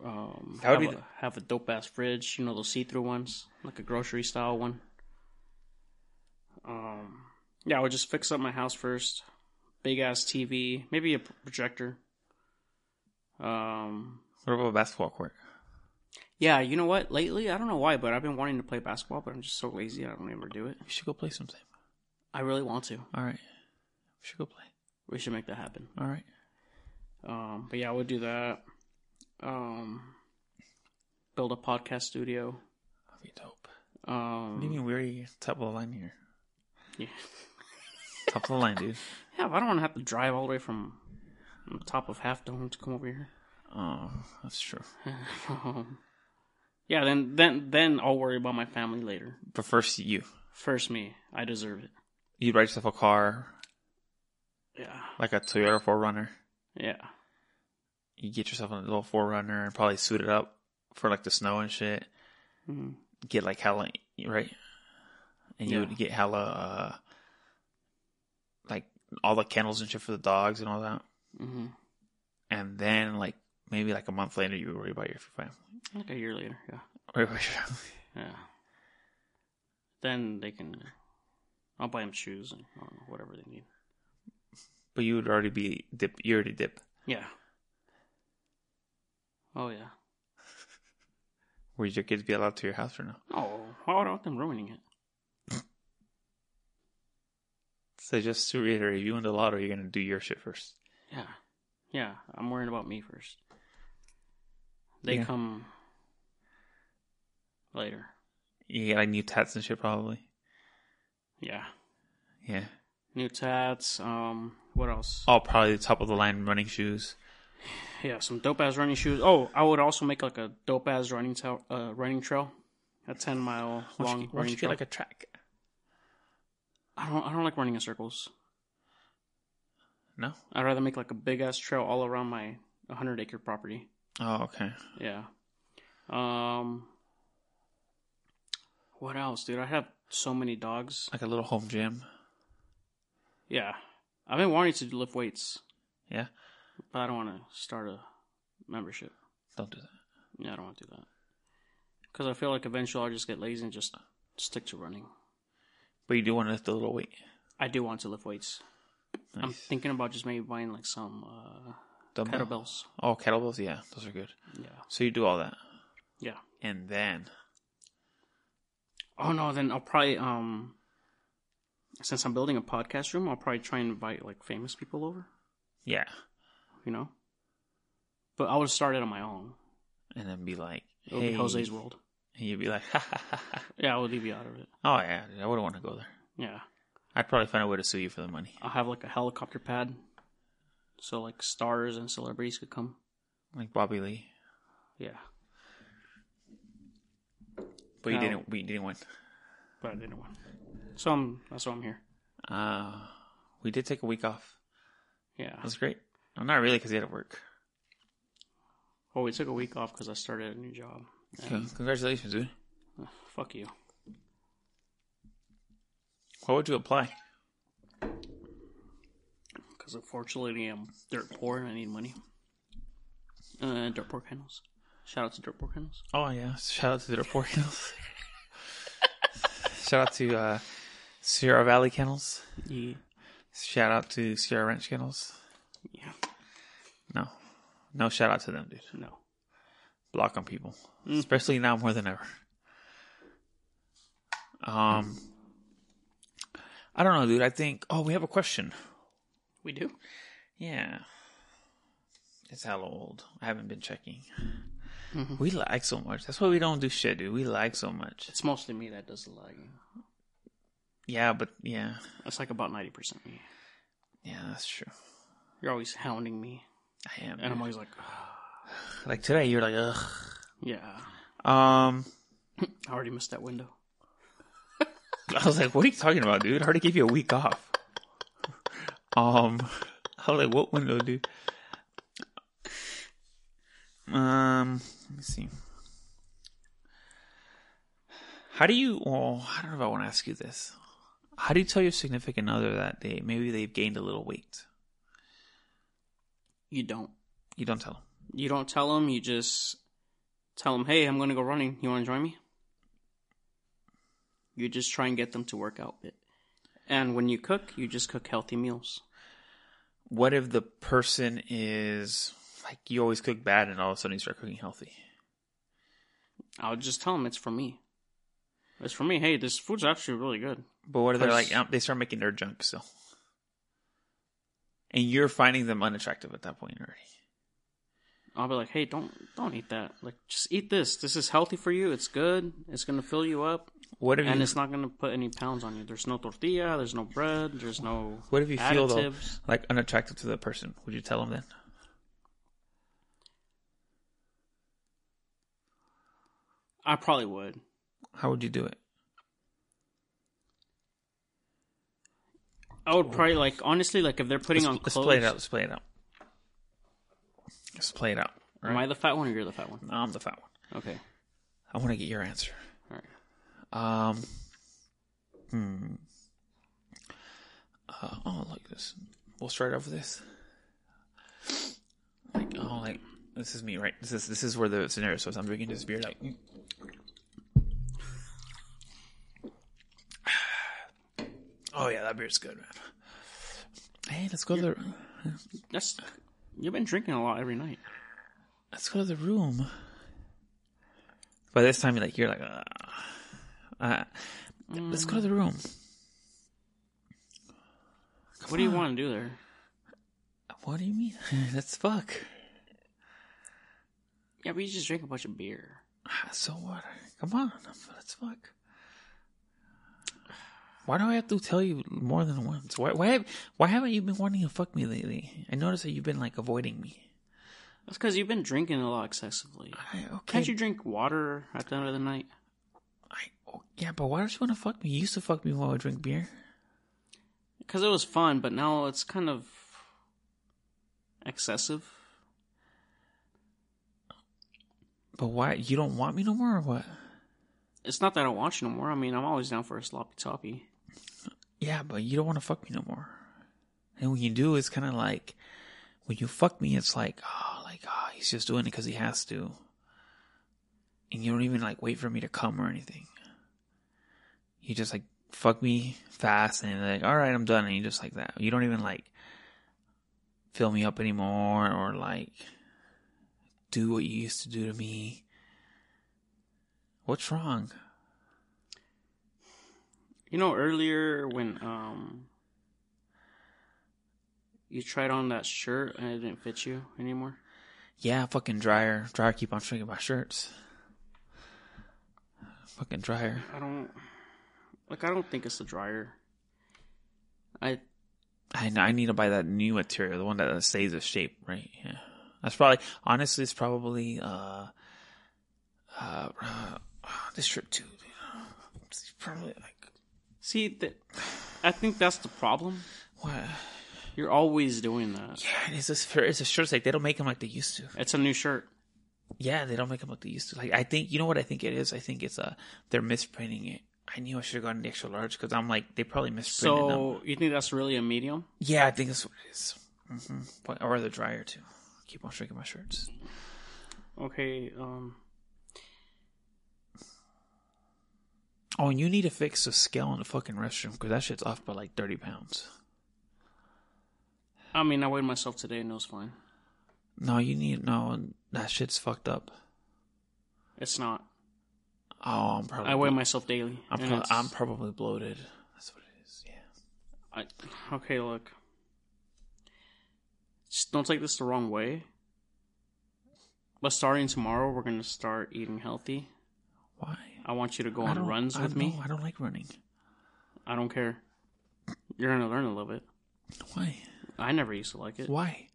[SPEAKER 2] Um,
[SPEAKER 1] That would
[SPEAKER 2] have
[SPEAKER 1] be
[SPEAKER 2] a, have a dope ass fridge, you know those see through ones, like a grocery style one. Um, yeah, I would just fix up my house first. Big ass TV, maybe a projector. Um,
[SPEAKER 1] What about a basketball court?
[SPEAKER 2] yeah, you know what? Lately, I don't know why, but I've been wanting to play basketball, but I'm just so lazy. I don't ever do it.
[SPEAKER 1] You should go play sometime.
[SPEAKER 2] I really want to.
[SPEAKER 1] All right. We should go play.
[SPEAKER 2] We should make that happen.
[SPEAKER 1] All right.
[SPEAKER 2] Um, but yeah, I would do that. Um, build a podcast studio.
[SPEAKER 1] That'd be dope.
[SPEAKER 2] Um,
[SPEAKER 1] What do you mean we're already top of the line here?
[SPEAKER 2] Yeah.
[SPEAKER 1] Top of the line, dude.
[SPEAKER 2] yeah, but I don't want to have to drive all the way from from the top of Half Dome to come over here. [laughs]
[SPEAKER 1] Oh, that's true.
[SPEAKER 2] um, yeah, then then then I'll worry about my family later.
[SPEAKER 1] But first, you.
[SPEAKER 2] First, me. I deserve it.
[SPEAKER 1] You'd buy yourself a car,
[SPEAKER 2] Yeah,
[SPEAKER 1] like a Toyota 4Runner.
[SPEAKER 2] yeah.
[SPEAKER 1] You get yourself a little 4Runner and probably suit it up for like the snow and shit.
[SPEAKER 2] Mhm.
[SPEAKER 1] Get like hella, right? And you
[SPEAKER 2] Yeah.
[SPEAKER 1] would get hella, uh, like all the kennels and shit for the dogs and all that.
[SPEAKER 2] hmm
[SPEAKER 1] And then, like, maybe like a month later, you would worry about your family.
[SPEAKER 2] Like a year later. Yeah.
[SPEAKER 1] Worry about your family.
[SPEAKER 2] Yeah. Then they can. I'll buy them shoes and I don't know, whatever they need.
[SPEAKER 1] But you would already be dip. You already dip.
[SPEAKER 2] Yeah. Oh yeah.
[SPEAKER 1] Would your kids be allowed to your house or no?
[SPEAKER 2] No, why would I want them ruining it?
[SPEAKER 1] So just to reiterate, if you win the lottery, you're gonna do your shit first.
[SPEAKER 2] Yeah. Yeah, I'm worrying about me first. They
[SPEAKER 1] Yeah.
[SPEAKER 2] come later.
[SPEAKER 1] You get like new tats and shit probably.
[SPEAKER 2] Yeah.
[SPEAKER 1] Yeah.
[SPEAKER 2] New tats. Um, what else?
[SPEAKER 1] All probably the top of the line running shoes.
[SPEAKER 2] Yeah, some dope ass running shoes. Oh, I would also make like a dope ass running tel- uh, running trail, a ten mile
[SPEAKER 1] Why
[SPEAKER 2] long
[SPEAKER 1] don't you, why don't
[SPEAKER 2] running
[SPEAKER 1] you get
[SPEAKER 2] trail. I
[SPEAKER 1] like a track?
[SPEAKER 2] I don't. I don't like running in circles.
[SPEAKER 1] No.
[SPEAKER 2] I'd rather make like a big ass trail all around my 100 acre property.
[SPEAKER 1] Oh okay.
[SPEAKER 2] Yeah. Um. What else, dude? I have so many dogs.
[SPEAKER 1] Like a little home gym.
[SPEAKER 2] Yeah, I've been wanting to lift weights,
[SPEAKER 1] Yeah.
[SPEAKER 2] but I don't want to start a membership.
[SPEAKER 1] Don't do that.
[SPEAKER 2] Yeah, I don't want to do that because I feel like eventually I'll just get lazy and just stick to running.
[SPEAKER 1] But you do want to lift a little weight.
[SPEAKER 2] I do want to lift weights. I'm
[SPEAKER 1] Nice.
[SPEAKER 2] thinking about just maybe buying like some uh,
[SPEAKER 1] Dumbbell.
[SPEAKER 2] kettlebells.
[SPEAKER 1] Oh kettlebells. Yeah, those are good.
[SPEAKER 2] Yeah,
[SPEAKER 1] So you do all that,
[SPEAKER 2] yeah.
[SPEAKER 1] and then
[SPEAKER 2] Oh no, then I'll probably um since I'm building a podcast room, I'll probably try and invite like famous people over,
[SPEAKER 1] yeah,
[SPEAKER 2] you know? But I would start it on my own.
[SPEAKER 1] and then be like,
[SPEAKER 2] It would
[SPEAKER 1] hey,
[SPEAKER 2] be Jose's world.
[SPEAKER 1] And you'd be like, [laughs] ha ha ha ha.
[SPEAKER 2] Yeah, I would leave you out of it.
[SPEAKER 1] Oh yeah, I wouldn't want to go there.
[SPEAKER 2] Yeah.
[SPEAKER 1] I'd probably find a way to sue you for the money.
[SPEAKER 2] I'll have like a helicopter pad. So like stars and celebrities could come.
[SPEAKER 1] Like Bobby Lee.
[SPEAKER 2] Yeah.
[SPEAKER 1] But you
[SPEAKER 2] No.
[SPEAKER 1] didn't we didn't win.
[SPEAKER 2] But I didn't want. So I'm that's why I'm here.
[SPEAKER 1] Uh we did take a week off.
[SPEAKER 2] Yeah.
[SPEAKER 1] That was great. I'm not really because you had to work.
[SPEAKER 2] Oh, we took a week off because I started a new job.
[SPEAKER 1] Con- Congratulations, dude.
[SPEAKER 2] Ugh, fuck you.
[SPEAKER 1] Why would you apply?
[SPEAKER 2] Because unfortunately, I'm dirt poor and I need money. Uh, dirt poor kennels. Shout out to dirt poor kennels.
[SPEAKER 1] Oh yeah, shout out to the report. [laughs] Shout out to uh, Sierra Valley Kennels.
[SPEAKER 2] Yeah.
[SPEAKER 1] Shout out to Sierra Ranch Kennels.
[SPEAKER 2] Yeah.
[SPEAKER 1] No, no shout out to them, dude.
[SPEAKER 2] No.
[SPEAKER 1] Block on people, especially now more than ever. Um, I don't know, dude. I think. Oh, we have a question.
[SPEAKER 2] We do.
[SPEAKER 1] Yeah. It's hella old. I haven't been checking. We lag so much. That's why we don't do shit, dude. We lag so much.
[SPEAKER 2] It's mostly me that does the lagging.
[SPEAKER 1] Yeah, but yeah.
[SPEAKER 2] That's like about 90% me.
[SPEAKER 1] Yeah, that's true.
[SPEAKER 2] You're always hounding me.
[SPEAKER 1] I am.
[SPEAKER 2] And I'm
[SPEAKER 1] dude.
[SPEAKER 2] always like,
[SPEAKER 1] Like today, you're like, ugh.
[SPEAKER 2] yeah,
[SPEAKER 1] Um,
[SPEAKER 2] I already missed that window.
[SPEAKER 1] I was like, what are you talking about, dude? I already gave you a week off. Um, I was like, what window, dude? Um, let me see. How do you, well, I don't know if I want to ask you this. How do you tell your significant other that they, maybe they've gained a little weight?
[SPEAKER 2] You don't.
[SPEAKER 1] You don't tell them.
[SPEAKER 2] You don't tell them. You just tell them, hey, I'm going to go running. You want to join me? You just try and get them to work out a bit. And when you cook, you just cook healthy meals.
[SPEAKER 1] What if the person is, like, you always cook bad and all of a sudden you start cooking healthy?
[SPEAKER 2] I'll just tell them it's for me. It's for me. Hey, this food's actually really good.
[SPEAKER 1] But what if they're like
[SPEAKER 2] Pers-
[SPEAKER 1] um, they start making their junk so and you're finding them unattractive at that point already.
[SPEAKER 2] I'll be like, hey, don't don't eat that. Like, just eat this. This is healthy for you. It's good. It's gonna fill you up,
[SPEAKER 1] What if
[SPEAKER 2] and
[SPEAKER 1] you
[SPEAKER 2] it's not gonna put any pounds on you. There's no tortilla. There's no bread. There's no.
[SPEAKER 1] what if you feel though,
[SPEAKER 2] additives.
[SPEAKER 1] like unattractive to the person? Would you tell them then?
[SPEAKER 2] I probably would.
[SPEAKER 1] How would you do it?
[SPEAKER 2] I would probably like honestly like if they're putting
[SPEAKER 1] Let's,
[SPEAKER 2] on
[SPEAKER 1] let's
[SPEAKER 2] clothes.
[SPEAKER 1] play it out. Let's play it out. Let's play it out.
[SPEAKER 2] Am I the fat one or you're the fat one?
[SPEAKER 1] No, I'm the fat one.
[SPEAKER 2] Okay.
[SPEAKER 1] I want to get your answer.
[SPEAKER 2] All right.
[SPEAKER 1] Um. Hmm. Uh, oh, like this. We'll start off with this. Like, oh, like this is me, right? This is this is where the scenario is. I'm drinking this beer, like, mm. [sighs] oh yeah, that beer's good, man. Hey, let's go to the
[SPEAKER 2] That's you've been drinking a lot every night.
[SPEAKER 1] let's go to the room. By this time, you're like, you're like, uh, uh, let's go to the room.
[SPEAKER 2] what do you want to do there?
[SPEAKER 1] What do you mean? [laughs] Let's fuck.
[SPEAKER 2] Yeah, but you just drink a bunch of beer.
[SPEAKER 1] Ah, So what? Come on, let's fuck. Why do I have to tell you more than once? Why why have, why haven't you been wanting to fuck me lately? I noticed that you've been like avoiding me.
[SPEAKER 2] That's because you've been drinking a lot excessively.
[SPEAKER 1] I, okay.
[SPEAKER 2] Can't you drink water at the end of the night?
[SPEAKER 1] I, oh, yeah, but why don't you want to fuck me? You used to fuck me while I would drink beer.
[SPEAKER 2] Because it was fun, but now it's kind of excessive.
[SPEAKER 1] But why you don't want me no more or what?
[SPEAKER 2] It's not that I don't watch no more. I mean, I'm always down for a sloppy toppy.
[SPEAKER 1] Yeah, but you don't want to fuck me no more. And when you do, it's kind of like when you fuck me, it's like oh, like oh, he's just doing it because he has to, and you don't even like wait for me to come or anything. You just like fuck me fast, and you're like all right, I'm done, and you just like that. You don't even like fill me up anymore or like do what you used to do to me. What's wrong?
[SPEAKER 2] You know, earlier when um you tried on that shirt and it didn't fit you anymore.
[SPEAKER 1] Yeah, fucking dryer. Dryer keep on shrinking my shirts. Fucking dryer.
[SPEAKER 2] I don't like. I don't think it's the dryer. I
[SPEAKER 1] I I need to buy that new material, the one that stays the shape, right? Yeah. That's probably honestly it's probably uh uh, uh this shirt too. dude. It's probably like
[SPEAKER 2] see that. I think that's the problem.
[SPEAKER 1] what?
[SPEAKER 2] You're always doing that.
[SPEAKER 1] Yeah, it's this it's a shirt like they don't make them like they used to.
[SPEAKER 2] It's a new shirt.
[SPEAKER 1] Yeah, they don't make them like they used to. Like I think you know what I think it is. I think it's uh they're misprinting it. I knew I should have gotten the extra large because I'm like they probably misprinted them.
[SPEAKER 2] So you think that's really a medium?
[SPEAKER 1] Yeah, I think that's what it is. Mhm. But- Or the dryer too. Keep on shrinking my shirts.
[SPEAKER 2] Okay. Um.
[SPEAKER 1] Oh, and you need to fix the scale in the fucking restroom because that shit's off by like 30 pounds.
[SPEAKER 2] I mean, I weighed myself today and it was fine.
[SPEAKER 1] No, you need, no, that shit's fucked up.
[SPEAKER 2] It's not.
[SPEAKER 1] Oh, I'm probably,
[SPEAKER 2] I weigh myself daily.
[SPEAKER 1] I'm,
[SPEAKER 2] and
[SPEAKER 1] pro-
[SPEAKER 2] it's-
[SPEAKER 1] I'm probably bloated. That's what it is, yeah.
[SPEAKER 2] I, okay, look. Just don't take this the wrong way. But starting tomorrow, we're gonna start eating healthy.
[SPEAKER 1] Why?
[SPEAKER 2] I want you to go
[SPEAKER 1] I
[SPEAKER 2] on
[SPEAKER 1] don't-
[SPEAKER 2] runs
[SPEAKER 1] I
[SPEAKER 2] with me.
[SPEAKER 1] don't- I don't like running.
[SPEAKER 2] I don't care. You're gonna learn to love it.
[SPEAKER 1] Why?
[SPEAKER 2] I never used to like it
[SPEAKER 1] Why?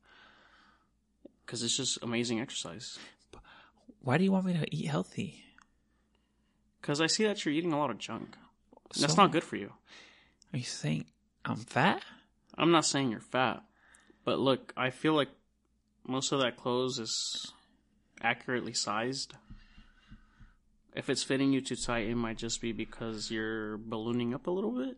[SPEAKER 2] because it's just amazing exercise.
[SPEAKER 1] Why do you want me to eat healthy?
[SPEAKER 2] Because I see that you're eating a lot of junk. And That's
[SPEAKER 1] So-
[SPEAKER 2] not good for you.
[SPEAKER 1] Are you saying I'm fat?
[SPEAKER 2] I'm not saying you're fat, but look, I feel like most of that clothes is accurately sized. If it's fitting you too tight, it might just be because you're ballooning up a little bit.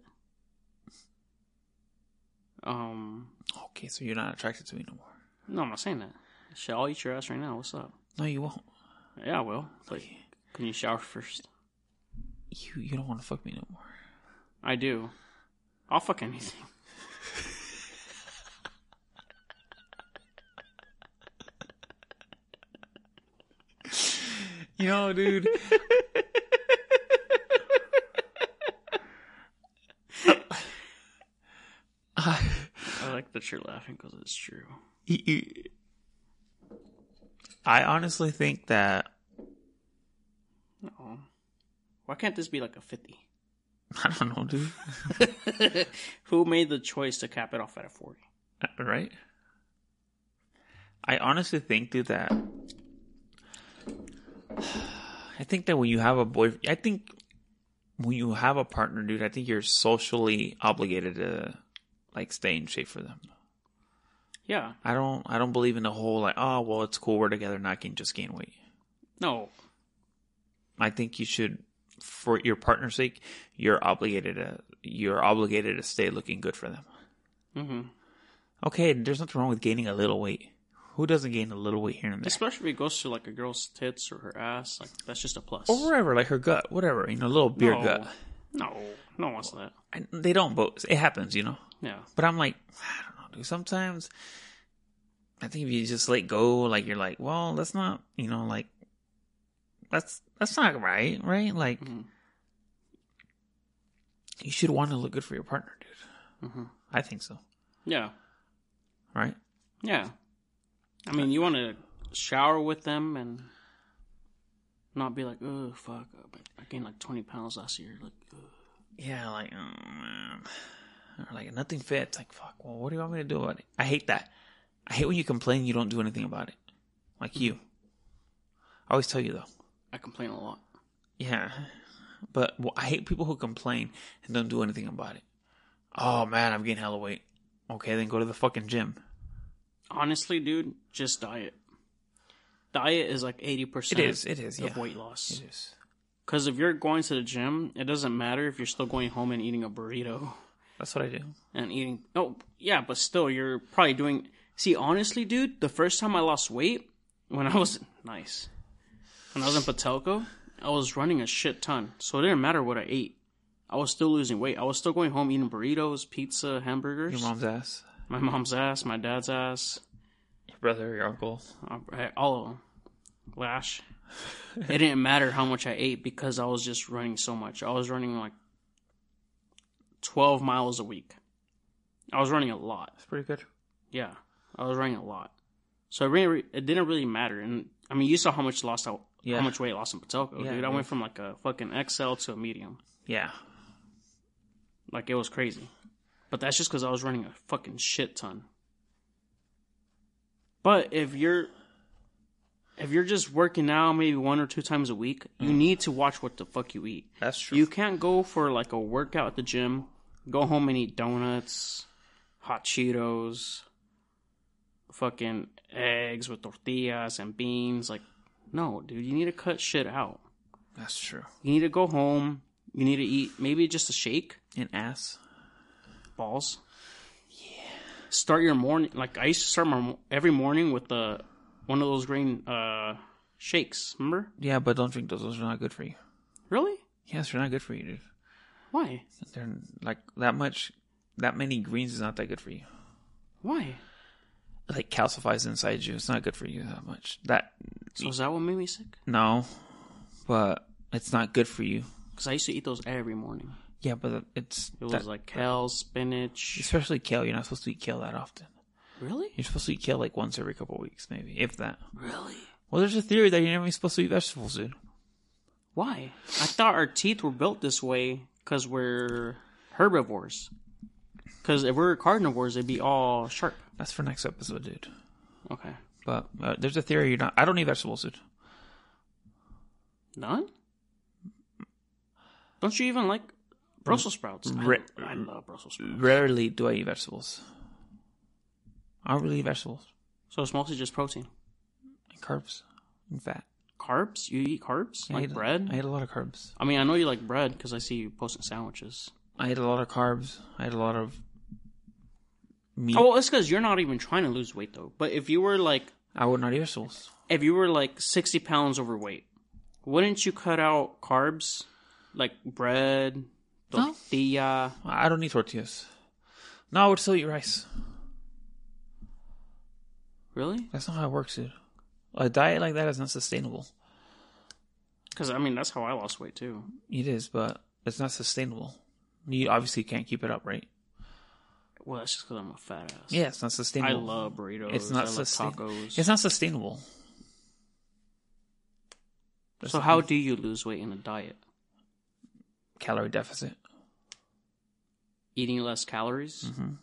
[SPEAKER 2] Um,
[SPEAKER 1] Okay, so you're not attracted to me no more.
[SPEAKER 2] no, I'm not saying that. Shit, I'll eat your ass right now. What's up?
[SPEAKER 1] No, you won't.
[SPEAKER 2] Yeah, I will. But can you shower first?
[SPEAKER 1] You you don't want to fuck me no more.
[SPEAKER 2] I do. I'll fuck anything. [laughs]
[SPEAKER 1] You know, dude.
[SPEAKER 2] I like that you're laughing because it's true.
[SPEAKER 1] [laughs] you- you- I honestly think that [laughs]
[SPEAKER 2] No. Why can't this be like a 50?
[SPEAKER 1] I don't know, dude. [laughs]
[SPEAKER 2] [laughs] Who made the choice to cap it off at a 40?
[SPEAKER 1] right? I honestly think, dude, that [sighs] I think that when you have a boy, I think when you have a partner, dude, I think you're socially obligated to like stay in shape for them.
[SPEAKER 2] Yeah.
[SPEAKER 1] I don't, I don't believe in the whole like, oh, well, it's cool, we're together, and I can just gain weight.
[SPEAKER 2] No.
[SPEAKER 1] I think you should, for your partner's sake, you're obligated to, you're obligated to stay looking good for them.
[SPEAKER 2] hmm
[SPEAKER 1] Okay, there's nothing wrong with gaining a little weight. Who doesn't gain a little weight here and there?
[SPEAKER 2] Especially if it goes to like a girl's tits or her ass. Like, that's just a plus.
[SPEAKER 1] or wherever, like her gut, whatever, you know, a little beer
[SPEAKER 2] no.
[SPEAKER 1] gut.
[SPEAKER 2] No. No one wants that.
[SPEAKER 1] I, they don't, but it happens, you know.
[SPEAKER 2] Yeah.
[SPEAKER 1] But I'm like, I don't know, dude. Sometimes I think if you just let go, like you're like, well, that's not, you know, like that's that's not right, right? Like
[SPEAKER 2] Mhm.
[SPEAKER 1] you should want to look good for your partner, dude.
[SPEAKER 2] hmm
[SPEAKER 1] I think so,
[SPEAKER 2] Yeah.
[SPEAKER 1] right?
[SPEAKER 2] Yeah. I mean, you want to shower with them and not be like, oh, fuck. I gained like 20 pounds last year. Like, ugh.
[SPEAKER 1] Yeah, like, oh, man. Or, like nothing fits. Like, fuck. Well, what do you want me to do about it? I hate that. I hate when you complain you don't do anything about it. Like you. I always tell you though.
[SPEAKER 2] I complain a lot.
[SPEAKER 1] Yeah. But well, I hate people who complain and don't do anything about it. Oh man, I'm getting hella weight. Okay, then go to the fucking gym.
[SPEAKER 2] Honestly, dude, just diet. Diet is like 80%
[SPEAKER 1] It is. It is.
[SPEAKER 2] of
[SPEAKER 1] Yeah.
[SPEAKER 2] weight loss.
[SPEAKER 1] It is.
[SPEAKER 2] Because if you're going to the gym, it doesn't matter if you're still going home and eating a burrito
[SPEAKER 1] That's what I do.
[SPEAKER 2] and eating. Oh, yeah, but still, you're probably doing. See, honestly, dude, the first time I lost weight, when I was. [laughs] Nice. When I was in Patelco, I was running a shit ton. So it didn't matter what I ate. I was still losing weight. I was still going home eating burritos, pizza, hamburgers.
[SPEAKER 1] Your mom's ass,
[SPEAKER 2] My mom's ass, my dad's ass,
[SPEAKER 1] your brother, your uncle.
[SPEAKER 2] uh, all of them. Lash. it didn't matter how much I ate because I was just running so much. I was running like 12 miles a week. I was running a lot.
[SPEAKER 1] That's pretty good.
[SPEAKER 2] Yeah. I was running a lot. So it, really, it didn't really matter. And I mean, you saw how much lost I,
[SPEAKER 1] Yeah.
[SPEAKER 2] how much weight I lost in Patelco,
[SPEAKER 1] Yeah,
[SPEAKER 2] dude. I
[SPEAKER 1] yeah.
[SPEAKER 2] went from like a fucking XL to a medium.
[SPEAKER 1] Yeah.
[SPEAKER 2] Like it was crazy. But that's just because I was running a fucking shit ton. But if you're if you're just working out maybe one or two times a week, you need to watch what the fuck you eat.
[SPEAKER 1] That's true.
[SPEAKER 2] You can't go for like a workout at the gym, go home and eat donuts, hot Cheetos, fucking eggs with tortillas and beans. Like, no, dude, you need to cut shit out.
[SPEAKER 1] That's true.
[SPEAKER 2] You need to go home. You need to eat maybe just a shake
[SPEAKER 1] And ass.
[SPEAKER 2] balls. Yeah. Start your morning like I used to start my mo- every morning with the one of those green uh shakes. Remember?
[SPEAKER 1] Yeah, but don't drink those. Those are not good for you.
[SPEAKER 2] Really?
[SPEAKER 1] Yes, they're not good for you, dude.
[SPEAKER 2] Why?
[SPEAKER 1] They're like that much, that many greens is not that good for you.
[SPEAKER 2] Why?
[SPEAKER 1] It, like calcifies inside you. It's not good for you that much. That
[SPEAKER 2] So is that what made me sick?
[SPEAKER 1] no, but it's not good for you.
[SPEAKER 2] Because I used to eat those every morning.
[SPEAKER 1] Yeah, but it's
[SPEAKER 2] It was
[SPEAKER 1] that-
[SPEAKER 2] like kale, spinach.
[SPEAKER 1] especially kale. You're not supposed to eat kale that often.
[SPEAKER 2] Really?
[SPEAKER 1] You're supposed to eat kale like once every couple of weeks, maybe, if that.
[SPEAKER 2] Really?
[SPEAKER 1] Well, there's a theory that you're never supposed to eat vegetables, dude.
[SPEAKER 2] Why? I thought our teeth were built this way because we're herbivores. Because if we were carnivores, they'd be all sharp.
[SPEAKER 1] That's for next episode, dude.
[SPEAKER 2] Okay.
[SPEAKER 1] But uh, there's a theory you're not. I don't eat vegetables, dude.
[SPEAKER 2] None? Don't you even like Brussels sprouts? I-
[SPEAKER 1] Re-
[SPEAKER 2] I, love Brussels sprouts.
[SPEAKER 1] Rarely do I eat vegetables. I don't really eat vegetables.
[SPEAKER 2] So it's mostly just protein.
[SPEAKER 1] And carbs and fat.
[SPEAKER 2] Carbs? You eat carbs?
[SPEAKER 1] I
[SPEAKER 2] Like
[SPEAKER 1] ate,
[SPEAKER 2] bread?
[SPEAKER 1] I ate a lot of carbs.
[SPEAKER 2] I mean, I know you like bread because I see you posting sandwiches.
[SPEAKER 1] I ate a lot of carbs. I ate a lot of meat.
[SPEAKER 2] Oh, well, it's because you're not even trying to lose weight though. But if you were like,
[SPEAKER 1] I would not eat vegetables.
[SPEAKER 2] if you were like 60 pounds overweight, wouldn't you cut out carbs like bread,
[SPEAKER 1] No.
[SPEAKER 2] tortilla?
[SPEAKER 1] I don't eat tortillas. No, I would still eat rice.
[SPEAKER 2] Really?
[SPEAKER 1] That's not how it works, dude. A diet like that is not sustainable.
[SPEAKER 2] Because I mean, that's how I lost weight too.
[SPEAKER 1] It is, but it's not sustainable. You obviously can't keep it up, right?
[SPEAKER 2] Well, that's just because I'm a fat ass.
[SPEAKER 1] Yeah, it's not
[SPEAKER 2] I
[SPEAKER 1] sustainable.
[SPEAKER 2] love burritos.
[SPEAKER 1] It's not
[SPEAKER 2] I love
[SPEAKER 1] sustain-
[SPEAKER 2] tacos.
[SPEAKER 1] It's not sustainable. That's
[SPEAKER 2] so
[SPEAKER 1] the
[SPEAKER 2] how
[SPEAKER 1] thing.
[SPEAKER 2] do you lose weight in a diet?
[SPEAKER 1] calorie deficit?
[SPEAKER 2] Eating less calories.
[SPEAKER 1] Mm-hmm.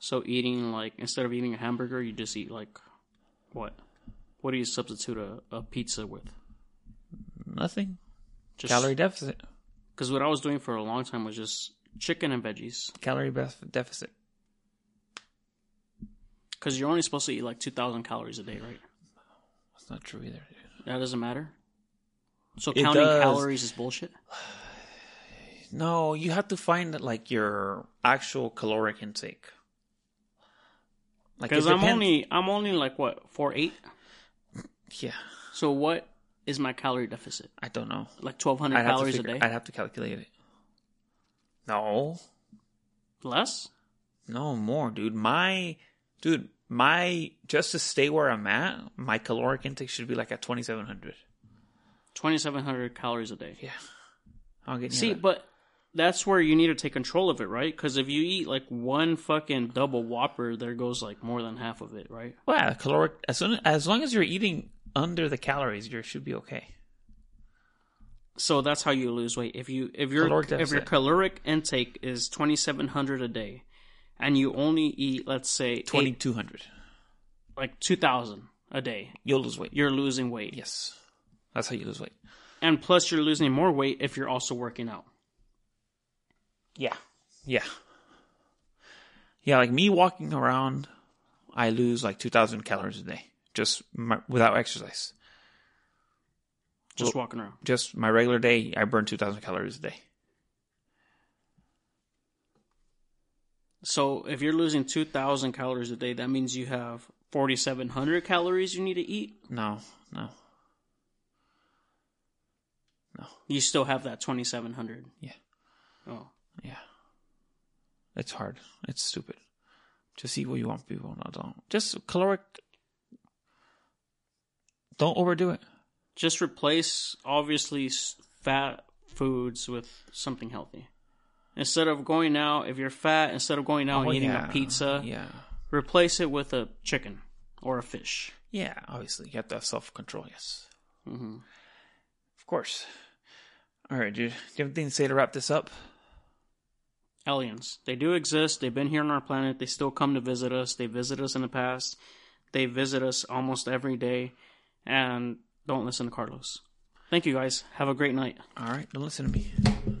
[SPEAKER 2] So eating like instead of eating a hamburger, you just eat like what? What do you substitute a, a pizza with?
[SPEAKER 1] Nothing.
[SPEAKER 2] Just
[SPEAKER 1] calorie deficit.
[SPEAKER 2] Because what I was doing for a long time was just chicken and veggies.
[SPEAKER 1] Calorie bef- deficit.
[SPEAKER 2] Because you're only supposed to eat like 2,000 calories a day, right?
[SPEAKER 1] That's not true either. Dude.
[SPEAKER 2] That doesn't matter. So
[SPEAKER 1] It
[SPEAKER 2] counting
[SPEAKER 1] does.
[SPEAKER 2] calories is bullshit.
[SPEAKER 1] No, you have to find like your actual caloric intake. Like it
[SPEAKER 2] Because I'm
[SPEAKER 1] depends-
[SPEAKER 2] only I'm only like what four eight.
[SPEAKER 1] yeah.
[SPEAKER 2] So what is my calorie deficit?
[SPEAKER 1] I don't know.
[SPEAKER 2] Like 1,200
[SPEAKER 1] I'd have, to
[SPEAKER 2] calories
[SPEAKER 1] figure-
[SPEAKER 2] a day
[SPEAKER 1] I'd have to calculate it. No,
[SPEAKER 2] less.
[SPEAKER 1] No more, dude. My dude, my just to stay where I'm at, my caloric intake should be like at 2700.
[SPEAKER 2] 2,700 calories a day.
[SPEAKER 1] Yeah. I'll get near
[SPEAKER 2] See,
[SPEAKER 1] that.
[SPEAKER 2] but that's where you need to take control of it, right? Because if you eat like one fucking double whopper, there goes like more than half of it, right?
[SPEAKER 1] well, yeah, caloric as soon as long as you're eating under the calories, you should be okay.
[SPEAKER 2] So that's how you lose weight. If you if your
[SPEAKER 1] Caloric
[SPEAKER 2] if your
[SPEAKER 1] deficit.
[SPEAKER 2] caloric intake is 2,700 a day, and you only eat let's say eight,
[SPEAKER 1] 2200.
[SPEAKER 2] like 2,000 a day,
[SPEAKER 1] You'll lose weight.
[SPEAKER 2] you're losing weight.
[SPEAKER 1] Yes. That's how you lose weight.
[SPEAKER 2] And plus, you're losing more weight if you're also working out.
[SPEAKER 1] Yeah. Yeah. Yeah, like me walking around, I lose like 2000 calories a day just my, without exercise.
[SPEAKER 2] Just walking around.
[SPEAKER 1] Just my regular day, I burn 2000 calories a day.
[SPEAKER 2] So if you're losing 2,000 calories a day, that means you have 4,700 calories you need to eat.
[SPEAKER 1] No, no.
[SPEAKER 2] You still have that 2,700.
[SPEAKER 1] Yeah.
[SPEAKER 2] Oh.
[SPEAKER 1] Yeah. It's hard. It's stupid. Just eat what you want, people. No, don't. Just caloric. Don't overdo it.
[SPEAKER 2] Just replace obviously s- fat foods with something healthy. Instead of going out, if you're fat, instead of going out
[SPEAKER 1] Oh,
[SPEAKER 2] and eating
[SPEAKER 1] yeah.
[SPEAKER 2] a pizza,
[SPEAKER 1] Yeah.
[SPEAKER 2] replace it with a chicken or a fish.
[SPEAKER 1] Yeah, obviously. You have to have self control, yes.
[SPEAKER 2] hmm
[SPEAKER 1] Of course. All right, dude. Do you have anything to say to wrap this up?
[SPEAKER 2] aliens. They do exist. They've been here on our planet. They still come to visit us. They visit us in the past. They visit us almost every day. And don't listen to Carlos. Thank you guys. Have a great night.
[SPEAKER 1] All right, don't listen to me.